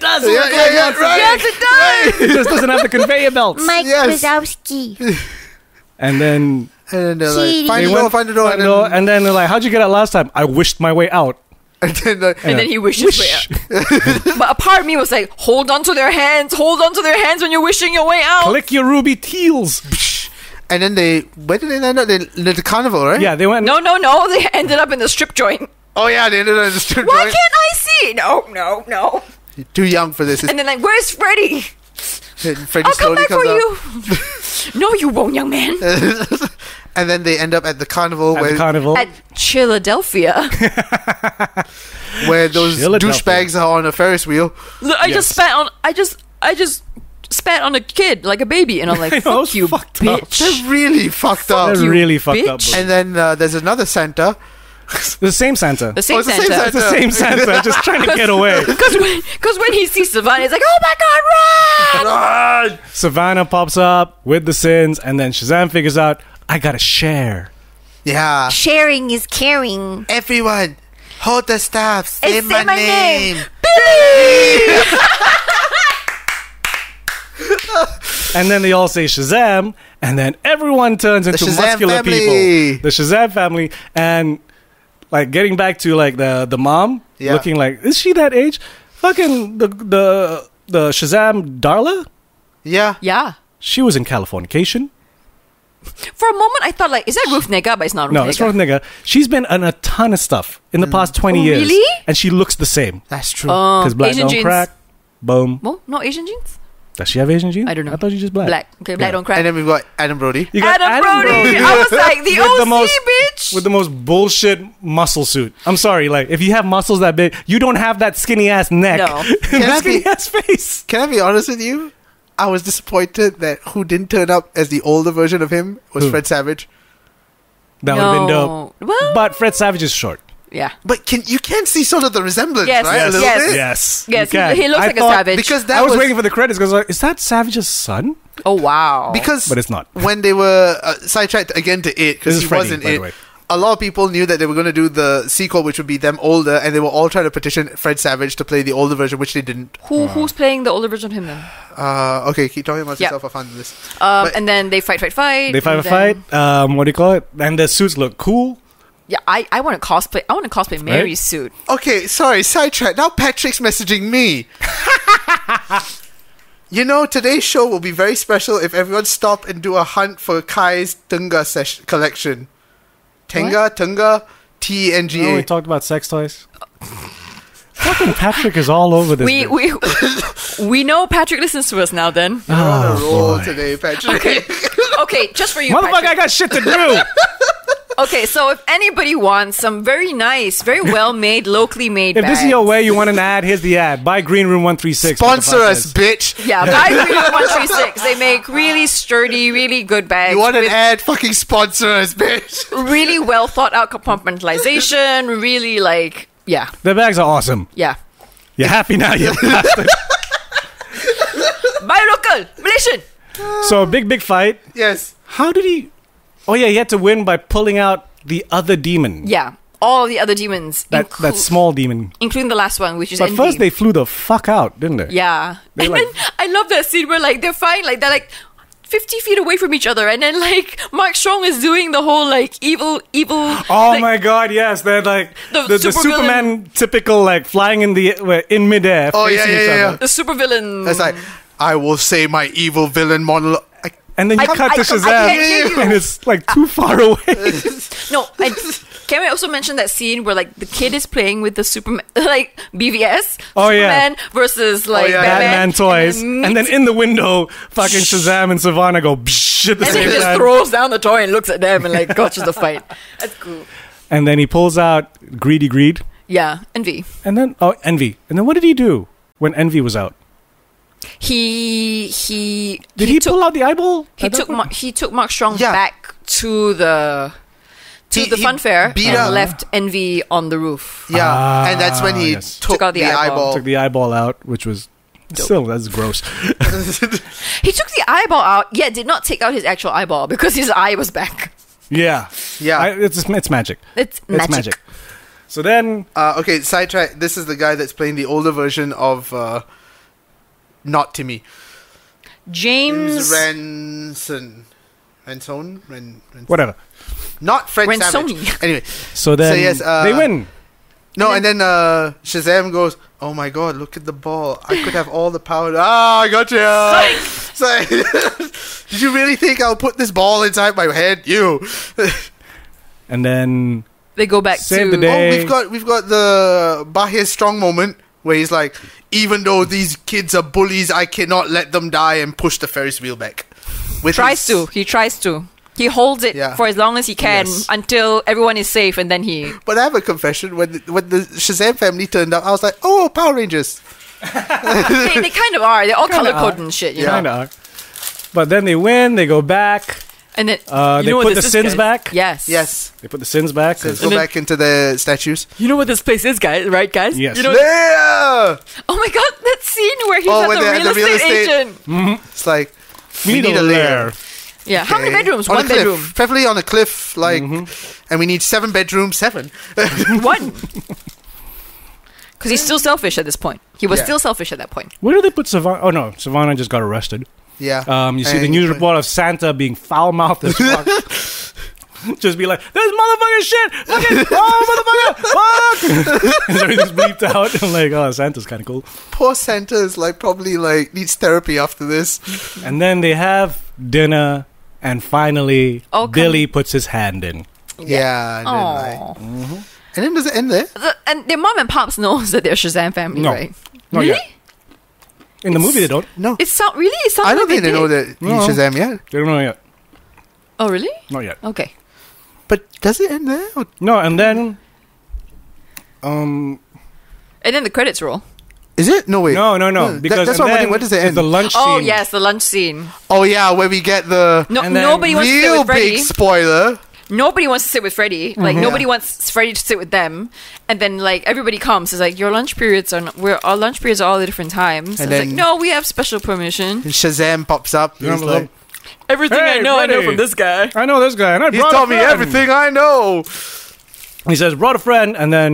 C: does
B: yeah, yeah, yeah, right.
A: yes, it does.
C: It just doesn't have the conveyor belts.
E: Mike
B: Yes.
E: Wazowski.
C: And then
B: And they're like,
E: Cheating.
B: find
C: they
B: the
C: went-
B: door, find the door. And
C: door,
B: then,
C: and then they're like, "How'd you get out last time?" I wished my way out.
B: and then the-
A: And then he wishes
C: Wish.
A: way out. but a part of me was like, hold on to their hands, hold on to their hands when you're wishing your way out.
C: Click your ruby teals.
B: and then they, where did they land up? They, they- the carnival, right?
C: Yeah, they went.
A: No, no, no. They ended up in the strip joint.
B: Oh, yeah, they ended up in the strip
A: Why
B: joint.
A: can't I see? No, no, no.
B: You're Too young for this.
A: And then like, where's Freddy?
B: And Freddy
A: I'll come
B: slowly
A: back for
B: comes out.
A: you. no, you won't, young man.
B: and then they end up at the carnival
C: at
B: where
C: the carnival.
A: At Philadelphia,
B: where those
C: Philadelphia.
B: douchebags are on a Ferris wheel.
A: Look, I just
C: Yes.
A: spat on. I just, I just spat on a kid like a baby, and I'm like,
C: know,
A: fuck
C: it's
A: you,
C: fucked up.
A: bitch.
B: They're really fucked up.
C: They're
A: you,
C: really fucked up. Oh,
A: bitch.
C: bro.
B: And then uh, there's another Santa.
C: The same Santa.
A: The
C: The
A: same
B: it's the same
A: Santa.
B: Santa.
C: same Santa, just trying to get away.
A: Because when, 'cause when he sees Savannah, he's like, oh my god, run!
C: Ah! Savannah pops up with the sins, and then Shazam figures out, "I gotta share."
B: Yeah.
E: Sharing is caring.
B: Everyone, hold the staff. Say,
A: And
B: my, name.
A: Billy!
C: And then they all say Shazam, and then everyone turns into
B: Shazam
C: muscular
B: family.
C: people. The Shazam family. And like getting back to like the the mom
B: Yeah.
C: looking like is she that age? Fucking the the the Shazam Darla?
B: Yeah.
A: yeah.
C: She was in Californication.
A: For a moment, I thought like, is that Ruth Nega? But it's not Ruth
C: No,
A: Negga.
C: it's wrong nigga. She's been in a ton of stuff in the past twenty years.
A: Mm. Oh, Really?
C: And she looks the same.
B: That's true.
A: Um,
C: Because black
A: Asian
C: don't
A: jeans.
C: crack. Boom.
A: Well, not Asian jeans.
C: Does she have Asian genes?
A: I don't know.
C: I thought she was just black.
A: Black. Okay, black
C: Yeah.
A: don't crack.
B: and then we've got Adam Brody.
C: You got
A: Adam, Brody. I was like the
C: With
A: OC
C: the most-
A: bitch.
C: with the most bullshit muscle suit. I'm sorry, like if you have muscles that big, you don't have that skinny ass neck,
A: No.
C: and
B: I
C: that
B: be-
C: skinny ass face.
B: Can I be honest with you? I was disappointed that who didn't turn up as the older version of him was
C: Who?
B: Fred Savage.
C: That would have been dope.
A: No. Well-
C: but Fred Savage is short.
A: yeah.
B: But can you can see sort of the resemblance,
A: Yes,
B: right?
A: yes,
B: a little
A: yes.
B: bit.
C: Yes,
A: Yes,
C: you
A: he-
C: can.
A: he looks
C: I
A: like a
C: thought-
A: savage.
B: Because that
C: I was,
B: was
C: waiting for the credits because I was like, is that Savage's son?
A: Oh wow.
B: because
C: But it's not.
B: when they were uh, sidetracked again to it
C: This
B: because
C: is
B: he
C: Freddy,
B: wasn't
C: by the
B: it.
C: way.
B: A lot of people knew that they were going to do the sequel, which would be them older, and they were all trying to petition Fred Savage to play the older version, which they didn't.
A: who who's playing the older version of him then?
B: Uh, okay, keep talking about
A: Yeah.
B: yourself. I found this.
A: Um,
B: But-
A: and then they fight, fight, fight.
C: They fight a
A: and then-
C: fight. Um, what do you call it? And the suits look cool.
A: Yeah, I, I want to cosplay. I want to cosplay Mary's suit.
B: Okay, sorry, sidetrack. Now Patrick's messaging me. you know, today's show will be very special if everyone stop and do a hunt for Kai's Tunga sesh- collection. Tenga, Tunga, T E N G
C: Oh, we
B: A.
C: talked about sex toys. Fucking Patrick is all over this.
A: We
C: bitch.
A: we we know Patrick listens to us now. Then
B: You're on a roll
C: boy.
B: today, Patrick.
A: okay, just for you,
C: Motherfucker, I
A: Patrick.
C: got shit to do.
A: Okay, so if anybody wants some very nice, very well made, locally made,
C: If this is
A: bags-
C: your way, you want an ad, here's the ad. Buy Green Room 136.
B: Sponsor us, bitch.
A: Yeah, buy Green One Three Six. They make really sturdy, really good bags.
B: You want an
A: with
B: ad? Fucking sponsor us, bitch.
A: really well thought out compartmentalization. Really like, yeah,
C: The bags are awesome.
A: yeah.
C: You're happy now, you bastard.
A: Buy local, Malaysian.
C: So, big, big fight.
B: Yes.
C: How did he. Oh, yeah, he had to win by pulling out the other demon.
A: Yeah, all the other demons,
C: That
A: inclu-
C: that small demon.
A: including the last one, which is
C: But
A: Endgame.
C: first they flew the fuck out, didn't they?
A: yeah.
C: They
A: and
C: like-
A: then I love that scene where like they're fine, like they're like fifty feet away from each other, and then like Mark Strong is doing the whole like evil, evil.
C: Oh
A: like,
C: my god, yes. They're like the,
A: The
C: the,
A: supervillain-
C: Superman typical like flying in the well, in midair.
B: Oh, yeah,
C: facing
B: yeah,
C: each
B: yeah,
C: other.
A: The supervillain.
B: It's like I will say my evil villain monologue. I-
C: And then you
A: I-
C: cut
A: I-
C: to
A: I
C: Shazam
A: can't hear you.
C: and it's like too far away.
A: No, I, can we also mention that scene where like the kid is playing with the Superman, like BVS,
C: Oh, yeah.
A: Superman versus like
B: Oh, yeah, yeah.
A: Batman,
C: Batman toys.
A: and
C: And
A: then,
C: then in the window, fucking Shazam and Savannah go bsh at
A: and
C: the
A: then
C: same
A: he just
C: time.
A: throws down the toy and looks at them and like watches the fight. That's cool.
C: and then he pulls out Greedy Greed.
A: Yeah, envy.
C: And then oh Envy. And then what did he do when Envy was out?
A: He he
C: Did he, pull out the eyeball?
A: he
C: at that
A: took
C: point?
A: Mar- he took Mark Strong
D: Yeah.
A: back to the to
B: He-
A: the
B: he
A: fun fair
B: beat
A: and
B: up-
A: left Envy on the roof.
B: Yeah,
C: Ah,
B: and that's when he
C: yes.
B: took, out the, eyeball.
C: took the eyeball out, which was still that's gross.
A: He took the eyeball out, yet did not take out his actual eyeball because his eye was back.
C: yeah,
B: Yeah.
C: I, it's it's magic.
A: It's
C: It's
A: magic.
C: magic. So then,
B: Uh, okay, sidetrack. This is the guy that's playing the older version of uh, not Timmy.
A: James
B: Ranson. Ranson? Ren- Ren-
C: whatever.
B: Not Fred
A: Ransoni.
B: Savage. Anyway,
C: So then,
B: yes, uh,
C: they win.
B: no, and then uh, Shazam goes, "Oh my God, look at the ball! I could have all the power." Ah, I got you. Psych. Did you really think I'll put this ball inside my head? You.
C: And then,
A: They go back to
C: Save the day.
B: Oh, we've got we've got the Bahir strong moment where he's like, even though these kids are bullies, I cannot let them die and push the Ferris wheel back. With
A: tries to.
B: his-
A: He tries to. He holds it
B: Yeah.
A: for as long as he can
C: Yes.
A: until everyone is safe, and then he.
B: But I have a confession. When the, when the Shazam family turned up, I was like, oh, Power Rangers.
A: they, they kind of are. They're all color
C: Kinda
A: coded
C: are.
A: and shit, you
B: Yeah.
A: know.
C: kind of. But then they win. They go back.
A: And then
C: Uh,
A: you
C: they
A: know what
C: put
A: this
C: the
A: is, guys?
C: sins back?
A: Yes.
B: Yes.
C: They put the sins back.
B: Let's
C: 'cause-
B: go
A: then-
B: back into the statues.
A: You know what this place is, guys, right, guys?
C: Yes.
A: You know,
B: Yeah!
A: oh my god, that scene where he's
B: Oh,
A: at
B: when
A: the
B: they had
A: real,
B: the real
A: estate,
B: estate-
A: agent.
B: It's like,
C: we need, a lair.
A: Yeah. How many
B: okay.
A: bedrooms?
B: On a
A: One
B: cliff.
A: bedroom.
B: Preferably on a cliff, like,
C: Mm-hmm.
B: and we need seven bedrooms, seven.
A: One. Because he's still selfish at this point. He was
B: Yeah.
A: still selfish at that point.
C: Where do they put Savannah? Oh no, Savannah just got arrested.
B: yeah.
C: Um, you see the
B: And-
C: news report of Santa being foul mouthed as fuck. Just be like, this motherfucking shit! Fucking, oh, motherfucker! Fuck! and everything's bleeped out. I'm like, oh, Santa's kind of cool.
B: Poor Santa is like probably like needs therapy after this.
C: And then they have dinner, and finally,
A: Oh, come-
C: Billy puts his hand in.
B: Yeah. and then, like-
A: Oh.
B: And then does it end there?
A: And their mom and pops knows that they're Shazam family,
C: No.
A: right?
C: Not
A: really?
C: yet. In the movie, they don't.
B: No.
A: It sound really. It sounds
B: I don't
A: like
B: think they know
A: did.
B: that he's
C: No.
B: Shazam yet.
C: They don't know yet.
A: Oh, really?
C: Not yet.
A: Okay.
B: But does it end there? Or
C: No, and then. Um.
A: And then the credits roll.
B: is it? No, wait.
C: No, no, no.
B: that-
C: because
B: that's
C: and
B: what I'm
C: then
B: wondering. Where does it
C: it's
B: end?
C: The lunch
A: Oh
C: scene.
A: yes, the lunch scene.
B: oh, yeah, where we get the
A: No,
C: And then
A: nobody wants to sit
B: real
A: with Freddy.
B: big spoiler.
A: nobody wants to sit with Freddy. Like nobody
B: Yeah.
A: wants Freddy to sit with them. And then like everybody comes. It's like your lunch periods are. Not, we're our lunch periods are all at different times. it's
B: And then-
A: like no, we have special permission.
B: And Shazam pops up.
C: You
B: He's
C: remember
B: like,
A: Everything I
C: Hey,
A: know, I
C: Freddy.
A: know from this guy.
C: I know this guy, and I
B: He's
C: brought a
B: taught me
C: friend."
B: everything I know.
C: He says, "Brought a friend," and then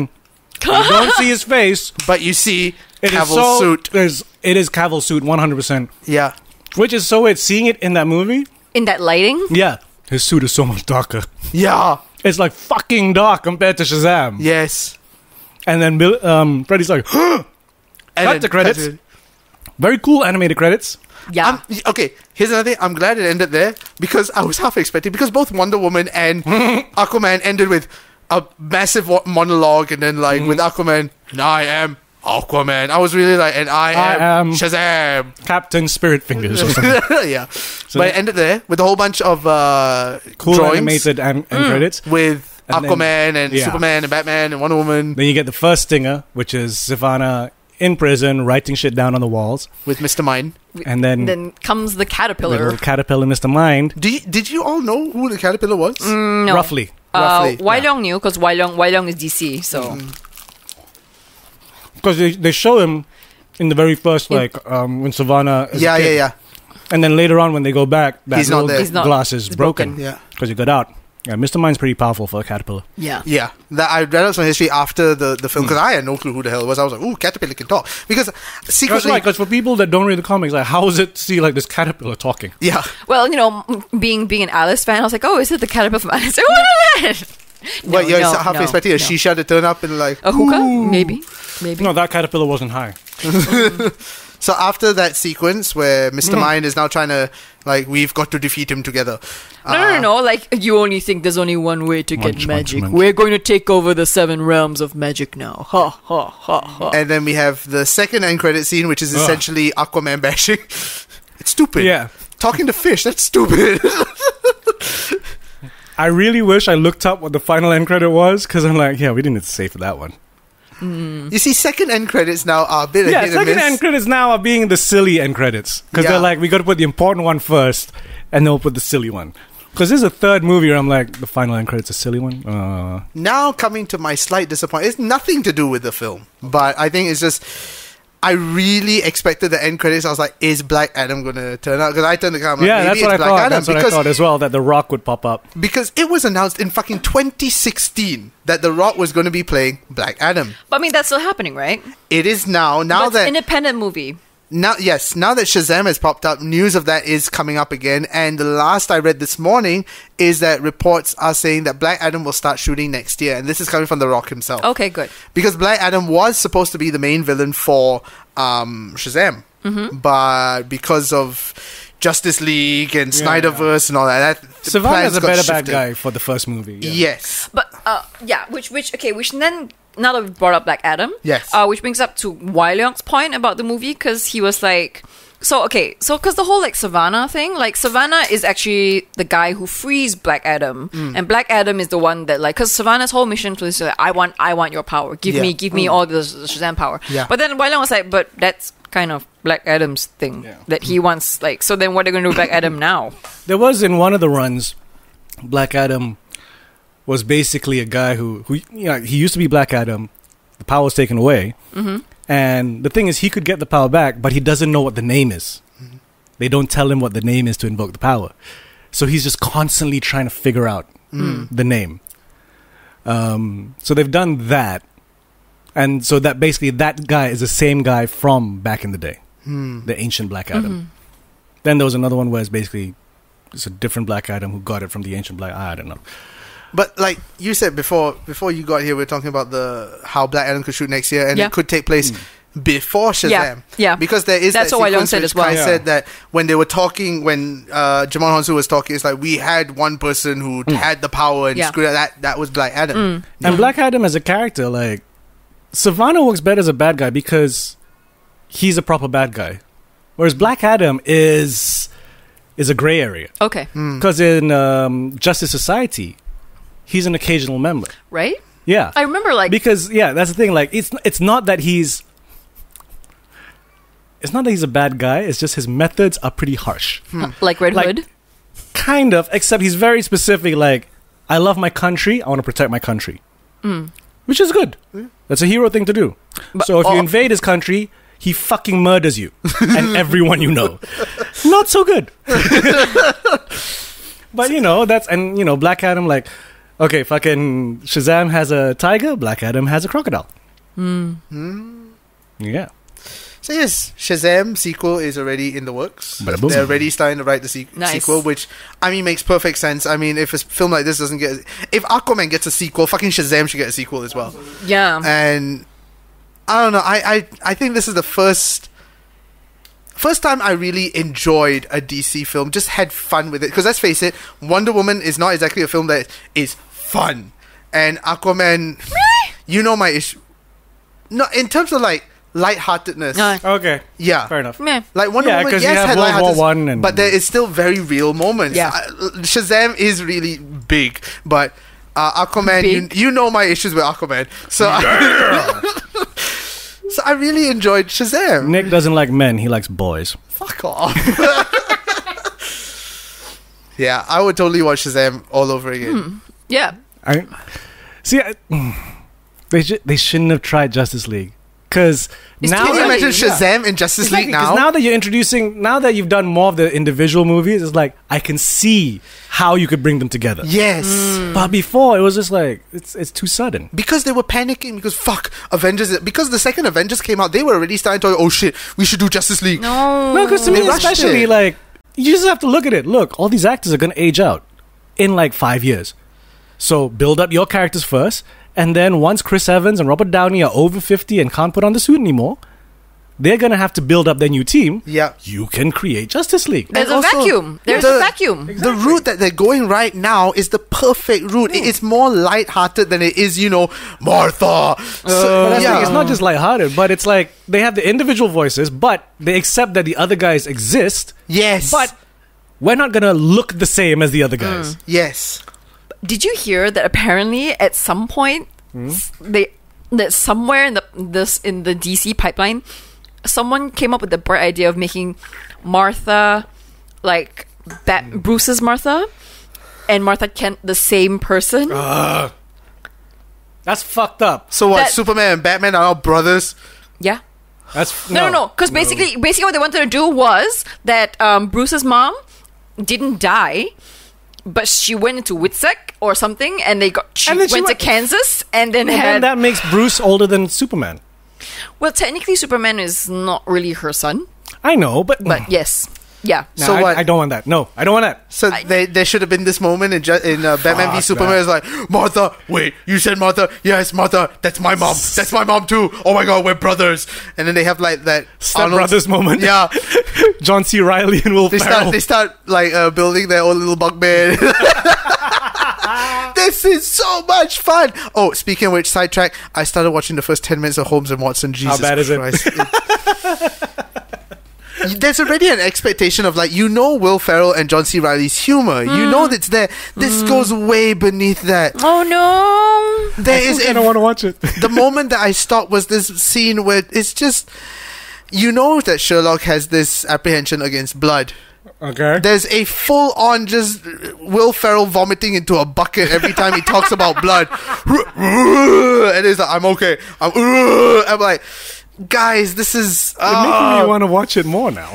C: you don't see his face.
B: But you see,
C: It is
B: Cavill
C: so,
B: suit.
C: There's, it is Cavill suit, one hundred percent.
B: Yeah.
C: Which is so weird. Seeing it in that movie,
A: In that lighting,
C: yeah, his suit is so much darker.
B: Yeah.
C: It's like fucking dark compared to Shazam.
B: Yes.
C: And then Bill, um, Freddy's like,
B: And
C: Cut
B: then-
C: the credits.
B: it.
C: very cool animated credits.
A: yeah.
B: I'm, okay, here's another thing. I'm glad it ended there because I was half expecting because both Wonder Woman and Aquaman ended with a massive wa- monologue, and then like
C: Mm.
B: with Aquaman, and I am Aquaman. I was really like, and I,
C: I am-
B: am, Shazam.
C: Captain Spirit Fingers or something.
B: yeah, but
C: that-
B: it ended there with a whole bunch of uh,
C: Cool
B: drawings
C: animated and, and credits.
B: with
C: And then-
B: Aquaman and
C: yeah.
B: Superman and Batman and Wonder Woman
C: Then you get the first stinger, which is Savannah in prison writing shit down on the walls,
B: with Mister Mine.
C: and then,
A: then comes the
C: little
A: caterpillar.
C: caterpillar Mr. Mind,
B: Do you, did you all know who the caterpillar was?
C: Mm,
A: No.
C: roughly.
A: Uh,
B: Roughly,
A: Wai Long knew because Wai Long, Wai Long is DC, so
C: Because they, they show him in the very first, like, um, when Savannah. is a
B: Yeah, yeah,
C: kid.
B: yeah,
C: And then later on, when they go back, that
B: He's not
C: little
B: there.
A: He's not-
C: glass is
A: it's
C: broken
A: broken.
B: yeah.
C: because he got out. Yeah, Mr. Mind's pretty powerful for a caterpillar.
A: Yeah.
B: Yeah, that I read up some history after the, the film because I had no clue who the hell it was. I was like, "Ooh, caterpillar can talk." Because
C: That's
B: secretly,
C: right, because for people that don't read the comics, like how is it to see like this caterpillar talking?
B: yeah,
A: Well, you know, m- being being an Alice fan, I was like, oh, is it the caterpillar from Alice? no,
B: well, you're
A: no,
B: half
A: no,
B: expecting a
A: no.
B: shisha to turn up and like.
A: A hookah? Maybe. Maybe.
C: No, that caterpillar wasn't high.
B: So after that sequence where Mister Mind is now trying to like, we've got to defeat him together.
A: No, no, no, no. Like, you only think there's only one way to
C: Munch,
A: get
C: Ah. munch,
A: magic.
C: munch.
A: We're going to take over the seven realms of magic now. Ha, ha, ha, ha.
B: And then we have the second end credit scene, which is
C: Ugh.
B: essentially Aquaman bashing. It's stupid.
C: Yeah.
B: Talking to fish, that's stupid.
C: I really wish I looked up what the final end credit was because I'm like, yeah, we didn't need to say for that one.
B: you see, second end credits now are a bit of
C: Yeah,
B: hit and
C: second
B: miss.
C: end credits now are being the silly end credits because
B: Yeah.
C: they're like, we got to put the important one first, and then we'll put the silly one. Because this is a third movie where I'm like, the final end credits a silly one. Uh,
B: now coming to my slight disappointment it's nothing to do with the film but i think it's just i really expected the end credits i was like is black adam gonna turn out because i turned the camera
C: yeah, that's
B: maybe
C: what I
B: it's
C: thought.
B: black adam
C: that's what I
B: because,
C: thought as well. That the Rock would pop up.
B: because it was announced in fucking 2016 that the rock was going to be playing black adam
A: But I mean, that's still happening, right?
B: it is now now
A: That's
B: that
A: independent movie.
B: now yes now that shazam has popped up news of that is coming up again and the last i read this morning is that reports are saying that black adam will start shooting next year and this is coming from the rock himself
A: Okay, good.
B: because Black Adam was supposed to be the main villain for um, Shazam,
A: Mm-hmm.
B: but because of Justice League and Snyderverse and all that, that the
C: Savannah's
B: plans
C: a
B: got
C: better bad
B: shifted.
C: guy for the first movie. yeah.
B: Yes,
A: But uh, yeah, which which okay, which then now that we brought up Black Adam,
B: Yes.
A: uh, which brings up to Wai Leong's point about the movie because he was like, so okay, so because the whole like Savannah thing, like Savannah is actually the guy who frees Black Adam,
B: Mm.
A: and Black Adam is the one that like because Savannah's whole mission was like, I want I want your power, give
B: Yeah. Mm.
A: me give me all the Shazam power.
B: Yeah.
A: But then Wai Leong was like, but that's kind of Black Adam's thing
C: Yeah.
A: that he wants like. So then what are they going to do with Black Adam now?
C: There was in one of the runs, Black Adam was basically a guy who who you know, he used to be Black Adam. The power was taken away, and the thing is, he could get the power back, but he doesn't know what the name is. They don't tell him what the name is to invoke the power, so he's just constantly trying to figure out the name. Um, so they've done that, and so that basically that guy is the same guy from back in the day, the ancient Black Adam. Then there was another one where it's basically it's a different black item who got it from the ancient black. I don't know.
B: but like you said before, before you got here, we are talking about the how Black Adam could shoot next year, and
A: Yeah. Mm.
B: it could take place. Before Shazam,
A: Yeah, yeah.
B: because there is
A: That's
B: that
A: what Wai Leong
B: sequence
A: said
B: which
A: as well.
B: Kai
C: Yeah.
B: said that when they were talking, when uh, Jamon Honsu was talking, it's like we had one person who had the power and
A: Mm. Yeah. Mm.
B: screwed up. That that was Black Adam.
C: And Black Adam as a character, like Savannah works better as a bad guy because he's a proper bad guy, whereas Black Adam is is a gray area
A: Okay,
B: Mm.
C: because in um, Justice Society, he's an occasional member.
A: right?
C: Yeah,
A: I remember like
C: because yeah, that's the thing. Like it's it's not that he's it's not that he's a bad guy. It's just his methods are pretty harsh.
A: like Red
C: Like-
A: Hood.
C: kind of except he's very specific like i love my country i want to protect my country Mm. which is good that's a hero thing to do so if you
A: or-
C: invade his country he fucking murders you and everyone you know not so good but you know that's and you know black adam like okay fucking shazam has a tiger black adam has a crocodile Mm. yeah
B: So yes, Shazam sequel is already in the works.
C: Bada boom.
B: They're already starting to write the se-
A: Nice.
B: sequel, which I mean makes perfect sense. I mean, if a s- film like this doesn't get, if Aquaman gets a sequel, fucking Shazam should get a sequel as well.
A: Yeah.
B: And I don't know. I I, I think this is the first. First time I really enjoyed a DC film, just had fun with it. Because let's face it, Wonder Woman is not exactly a film that is fun, and Aquaman. Really? You know my issue. No, in terms of like lightheartedness.
A: No.
C: okay
B: Yeah.
C: fair enough
A: Meh.
B: Like Wonder
C: Yeah,
B: Woman,
C: 'cause
B: yes,
C: you have
B: had
C: World
B: lighthearted-
C: War One and-
B: but there is still very real moments.
A: Yeah.
B: Uh, Shazam is really big, but uh, Aquaman,
A: Big.
B: You, you know my issues with Aquaman, so so I really enjoyed Shazam.
C: nick doesn't like men he likes boys
B: Fuck off. yeah, I would totally watch Shazam all over again.
A: yeah.
C: I see. I, they sh- they shouldn't have tried Justice League Because now,
B: Can you
A: Yeah.
B: imagine
A: Yeah.
B: Shazam in Justice
C: Exactly,
B: League
C: 'cause
B: now?
C: that you're introducing, now that you've done more of the individual movies, it's like I can see how you could bring them together.
B: Yes.
C: But before, it was just like it's it's too sudden.
B: Because they were panicking because fuck Avengers because the second Avengers came out, they were already starting to oh shit, we should do Justice League.
A: No.
C: No, because to
B: They
C: me,
B: rushed
C: especially
B: it.
C: like you just have to look at it. Look, all these actors are going to age out in like five years. So build up your characters first, and then once Chris Evans and Robert Downey are over fifty and can't put on the suit anymore, they're going to have to build up their new team.
B: Yeah.
C: You can create Justice League.
A: There's a
B: And also,
A: vacuum. There's
B: the-
A: a vacuum.
B: The route that they're going right now is the perfect route. It is more light-hearted than it is, you know, Martha. So,
C: But that's the
B: yeah.
C: thing, it's not just lighthearted, but it's like they have the individual voices, but they accept that the other guys exist.
B: yes,
C: But we're not gonna look the same as the other guys.
B: yes,
A: Did you hear that apparently at some point s- they that somewhere in the this in the DC pipeline someone came up with the bright idea of making Martha like Bat- Bruce's Martha and Martha Kent the same person.
C: That's fucked up.
B: So what?
A: That-
B: Superman and Batman are all brothers.
A: yeah.
C: That's
A: No, no, no. Because basically, basically, what they wanted to do was that um, Bruce's mom didn't die, but she went into Witsec or something, and they got she,
C: And then
A: went,
C: she
A: to
C: went-
A: Kansas, and then
C: Well, then
A: had
C: that makes Bruce older than Superman.
A: well, technically, Superman is not really her son,
C: I know, but,
A: but yes, yeah.
C: Hmm. No,
B: So
C: I,
B: what-
C: I don't want that. No, I don't want that.
B: So they, there should have been this moment in, ju- in uh, Batman v
C: Fuck
B: Superman.
C: that.
B: It's like Martha, wait, you said Martha? Yes, Martha. That's my mom. That's my mom too. Oh my god, we're brothers. And then they have like that
C: Step
B: Arnold's-
C: Brothers moment.
B: Yeah,
C: John C. Riley and Will
B: they
C: Ferrell.
B: start they start like uh, building their own little bugman. this is so much fun. Oh, speaking of which, sidetrack. I started watching the first ten minutes of Holmes and Watson. Jesus
C: bad is it?
B: Christ. There's already an expectation of like you know Will Ferrell and John C. Riley's humor. You know
C: Mm.
B: that's there. This goes way beneath that.
A: Oh no!
B: There
C: I
B: is
C: don't want to watch it.
B: the moment that I stopped was this scene where it's just you know that Sherlock has this apprehension against blood.
C: okay.
B: There's a full on just Will Ferrell vomiting into a bucket every time he talks about blood. And it's like, I'm okay. I'm, I'm like, guys, this is.
C: You're making
B: ah,
C: me want to watch it more now.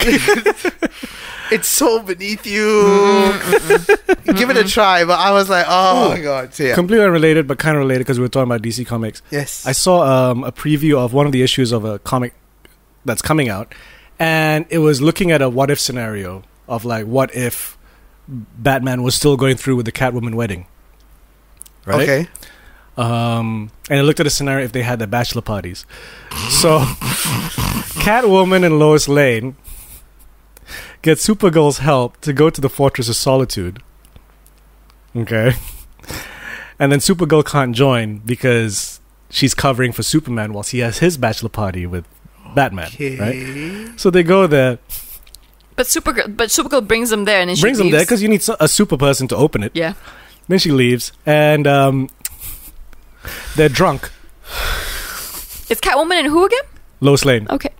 B: it's so beneath you. Give it a try. But I was like, oh my god. So, yeah.
C: Completely unrelated, but kind of related because we were talking about DC Comics.
B: yes.
C: I saw um, a preview of one of the issues of a comic that's coming out, and it was looking at a what if scenario of like, what if Batman was still going through with the Catwoman wedding? Right?
B: Okay.
C: Um, and it looked at a scenario if they had the bachelor parties. So, Catwoman and Lois Lane get Supergirl's help to go to the Fortress of Solitude. Okay. And then Supergirl can't join because she's covering for Superman whilst he has his bachelor party with Batman, right? So they go there,
A: But Supergirl, but Supergirl brings them there, and then she
C: brings them there
A: leaves.
C: because you need so- a super person to open it.
A: yeah,
C: Then she leaves, and um, they're drunk.
A: it's Catwoman and who again?
C: Lois Lane.
A: Okay,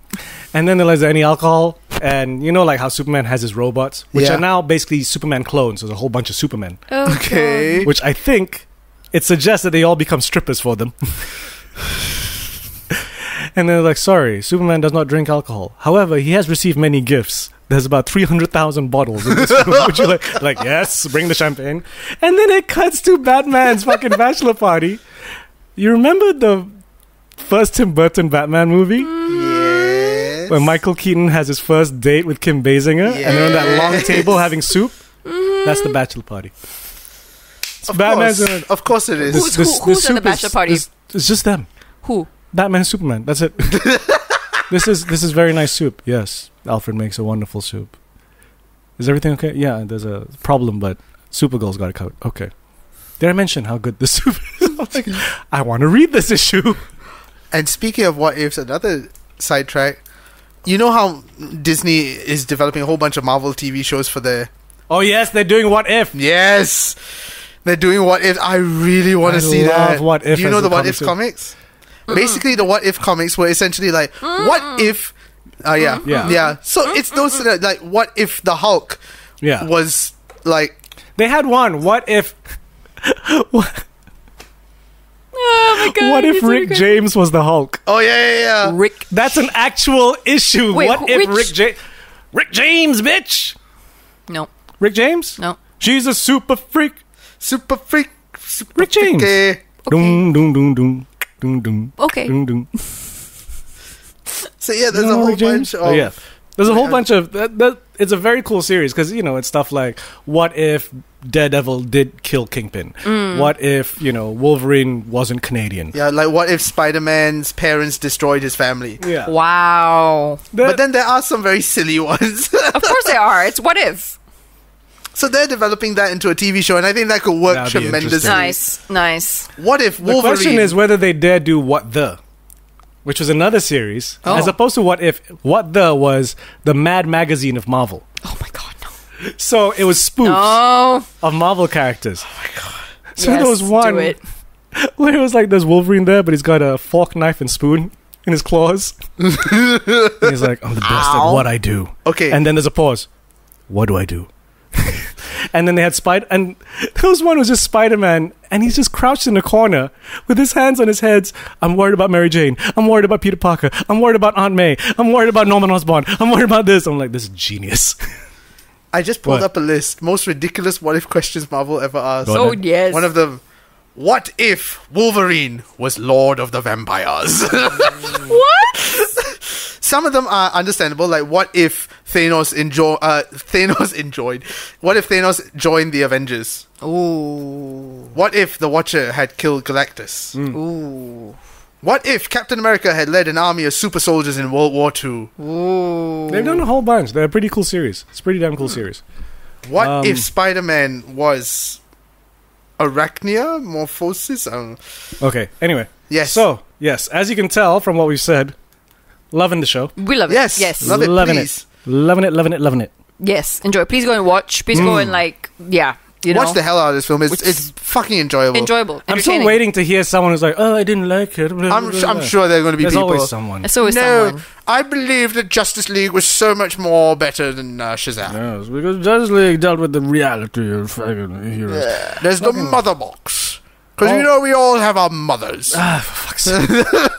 C: And then there's any alcohol, and you know, like how Superman has his robots, which
B: Yeah.
C: are now basically Superman clones. There's a whole bunch of Supermen,
A: oh, God.
B: Okay.
C: which I think it suggests that they all become strippers for them. and they're like, sorry, Superman does not drink alcohol. However, he has received many gifts. There's about 300,0and bottles in this room. Would you like, like, yes, bring the champagne. And then it cuts to Batman's fucking bachelor party. You remember the first Tim Burton Batman movie?
B: Yes.
C: when Michael Keaton has his first date with Kim Basinger and they're on that long
B: Yes.
C: table having soup.
A: Mm-hmm.
C: That's the bachelor party.
B: Of
C: Batman's
B: course.
C: in
B: Of course it is.
A: Who's- who- who's in the
C: soup is-
A: bachelor party?
C: is- it's just them.
A: who?
C: Batman and Superman. That's it. this is this is very nice soup. Yes, Alfred makes a wonderful soup. Is everything okay? Yeah, there's a problem, but Supergirl's got it covered. Okay. Did I mention how good the soup is? I'm like, I want to read this issue.
B: And speaking of what ifs, another sidetrack. You know how Disney is developing a whole bunch of Marvel TV shows for their
C: Oh yes, they're doing what if.
B: yes. They're doing what if. I really want
C: I
B: to see
C: love
B: that.
C: What If
B: Do you
C: as
B: know
C: a
B: the what
C: comic
B: if
C: too.
B: comics? Basically, the what if comics were essentially like what if. Oh yeah,
C: Yeah.
B: yeah. So it's those that, like what if the Hulk
C: Yeah.
B: was like
C: They had one. What if? what,
A: Oh my God!
C: what if Rick James was the Hulk?
B: Oh yeah, yeah, yeah.
A: Rick.
C: That's an actual issue.
A: Wait,
C: what
A: who-
C: if
A: which-
C: Rick James? Rick James, bitch.
A: No,
C: Rick James.
A: no.
C: She's a super freak.
B: Super freak. Super
C: Rick James.
A: Okay.
B: freaky.
C: Doom, doom, doom, doom, doom, doom.
A: Okay.
C: Doom, doom.
B: So yeah, there's
C: You
B: a
C: know
B: whole
C: Rick James?
B: bunch of
C: Oh, yeah. There's a whole
B: Yeah.
C: bunch of that, that, it's a very cool series because you know it's stuff like what if Daredevil did kill Kingpin?
A: Mm.
C: What if you know Wolverine wasn't Canadian?
B: Yeah, like what if Spider-Man's parents destroyed his family?
C: Yeah.
A: Wow.
B: But then there are some very silly ones.
A: Of course they are. It's what if.
B: so they're developing that into a TV show, and I think that could work
C: That'd be
B: tremendously.
C: interesting.
A: Nice, nice.
B: What if
C: The
B: Wolverine?
C: question is whether they dare do what the, which was another series,
A: Oh.
C: as opposed to what if what the was the Mad Magazine of Marvel.
A: Oh my god, no.
C: So it was spoofs
A: No.
C: of Marvel characters. Oh my god! So
A: Oh. Yes,
C: there was
A: do
C: one
A: it.
C: where it was like there's Wolverine there, but he's got a fork, knife, and spoon in his claws. and he's like, I'm the best at what I do.
B: Okay.
C: And then there's a pause. What do I do? and then they had Spider, and there was one who was just Spider Man, and he's just crouched in a corner with his hands on his heads. I'm worried about Mary Jane. I'm worried about Peter Parker. I'm worried about Aunt May. I'm worried about Norman Osborn. I'm worried about this. I'm like, this is genius.
B: I just pulled
C: What?
B: up a list most ridiculous what if questions Marvel ever asked.
C: Go on.
A: Oh
C: then.
A: yes.
B: One of them. What if Wolverine was Lord of the Vampires?
A: what?
B: Some of them are understandable, like what if Thanos enjoy uh, Thanos enjoyed? What if Thanos joined the Avengers?
A: Ooh.
B: What if the Watcher had killed Galactus?
C: Hmm.
A: Ooh.
B: What if Captain America had led an army of super soldiers in World War II?
A: Ooh.
C: They've done a whole bunch. They're a pretty cool series. It's a pretty damn cool
B: Hmm.
C: series.
B: What
C: Um,
B: if Spider Man was Arachnia Morphosis? I don't know.
C: Okay. Anyway.
B: Yes.
C: So yes, as you can tell from what we've said, loving the show,
A: We love it.
B: Yes.
A: Yes.
B: Love it,
C: loving
B: please.
C: it, loving it, loving it, loving it.
A: yes. Enjoy. Please go and watch. Please go and like. Yeah. You know.
B: Watch the hell out of this film. It's,
A: Which-
B: it's fucking enjoyable.
A: enjoyable.
C: I'm still
A: entertaining.
C: waiting to hear someone who's like, "Oh, I didn't like it." blah,
B: I'm,
C: blah,
B: su- I'm
C: blah."
B: sure there are going to be
C: There's
B: people.
C: always someone.
A: There's always
B: no,
A: someone.
B: I believe that Justice League was so much more better than uh, Shazam.
C: Yes, because Justice League dealt with the reality of fucking heroes.
B: There's the mother box. Because
C: Oh.
B: you know we all have our mothers.
C: Ah, for fuck's sake. All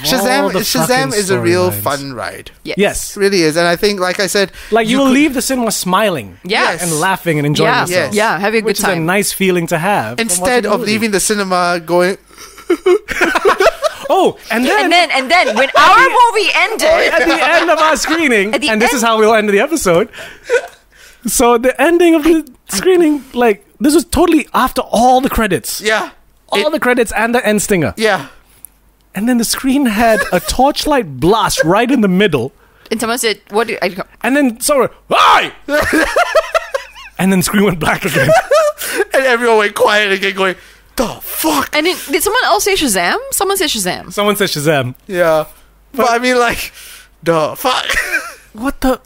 B: Shazam,
C: the fucking
B: Shazam is a real
C: storylines.
B: fun ride.
A: Yes.
C: Yes,
B: It really is. And I think, like I said,
C: like you, will
B: could-
C: leave the cinema smiling,
A: Yes.
C: and laughing and enjoying
A: Yeah.
C: yourself.
A: Yeah. Having a
C: which
A: good time.
C: is a nice feeling to have. from
B: instead
C: watching a
B: of
C: movie.
B: leaving the cinema going,
C: Oh, and then,
A: and then and then when our movie ended.
C: at the end of our screening,
A: At the
C: and this
A: end-
C: is how we'll end the episode. So the ending of the screening, like this was totally after all the credits,
B: yeah,
C: all the credits and the end stinger,
B: yeah.
C: and then the screen had a torchlight blast right in the middle,
A: And someone said, "What did I?"
C: and then someone, hi, and then the screen went black again.
B: And everyone went quiet again, going, the fuck?
A: And then did someone else say Shazam? Someone said Shazam.
C: Someone said Shazam.
B: Yeah. But I mean, like, the fuck?
C: What the?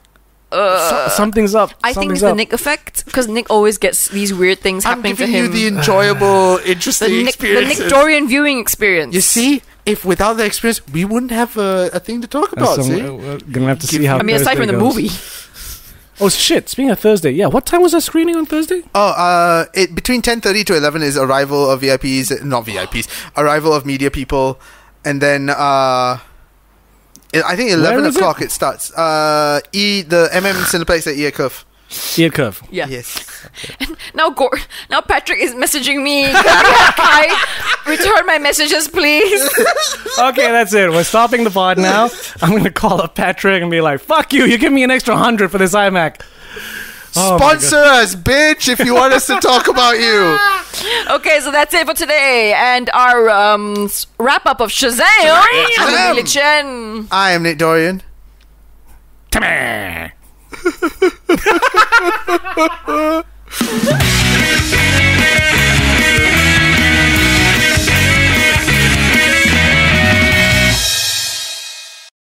C: So- something's up.
A: Uh, I think
C: Something's
A: it's the
C: up.
A: Nick effect because Nick always gets these weird things
B: I'm
A: happening to
B: giving
A: him.
B: you the enjoyable, interesting
A: the, Nick, the
B: experience.
A: Nick Dorian viewing experience.
B: you see, if without the experience, we wouldn't have a, a thing to talk about,
C: Some-
B: see?
C: we're gonna have to see how.
A: I mean, aside
C: Thursday
A: from the
C: goes.
A: movie,
C: Oh shit! Speaking of Thursday, yeah. What time was that screening on Thursday?
B: Oh, uh, it between ten thirty to eleven is arrival of VIPs, not VIPs, arrival of media people, and then uh, it, I think eleven
C: Where is it?
B: o'clock it? starts. Uh, e the MM Cineplex at Earcuff.
C: Ear curve.
A: yeah.
B: Yes,
A: Now, Gor- now Patrick is messaging me. Kai, return my messages, please.
C: Okay, that's it. We're stopping the pod now. I'm gonna call up Patrick and be like, "Fuck you! You give me an extra hundred for this iMac." Oh my
B: sponsor us, bitch, if you want us to talk about you.
A: Okay, so that's it for today and our um, s- wrap up of Shazam. I'm Amelia Chen.
B: I am Nick Dorian.
C: God.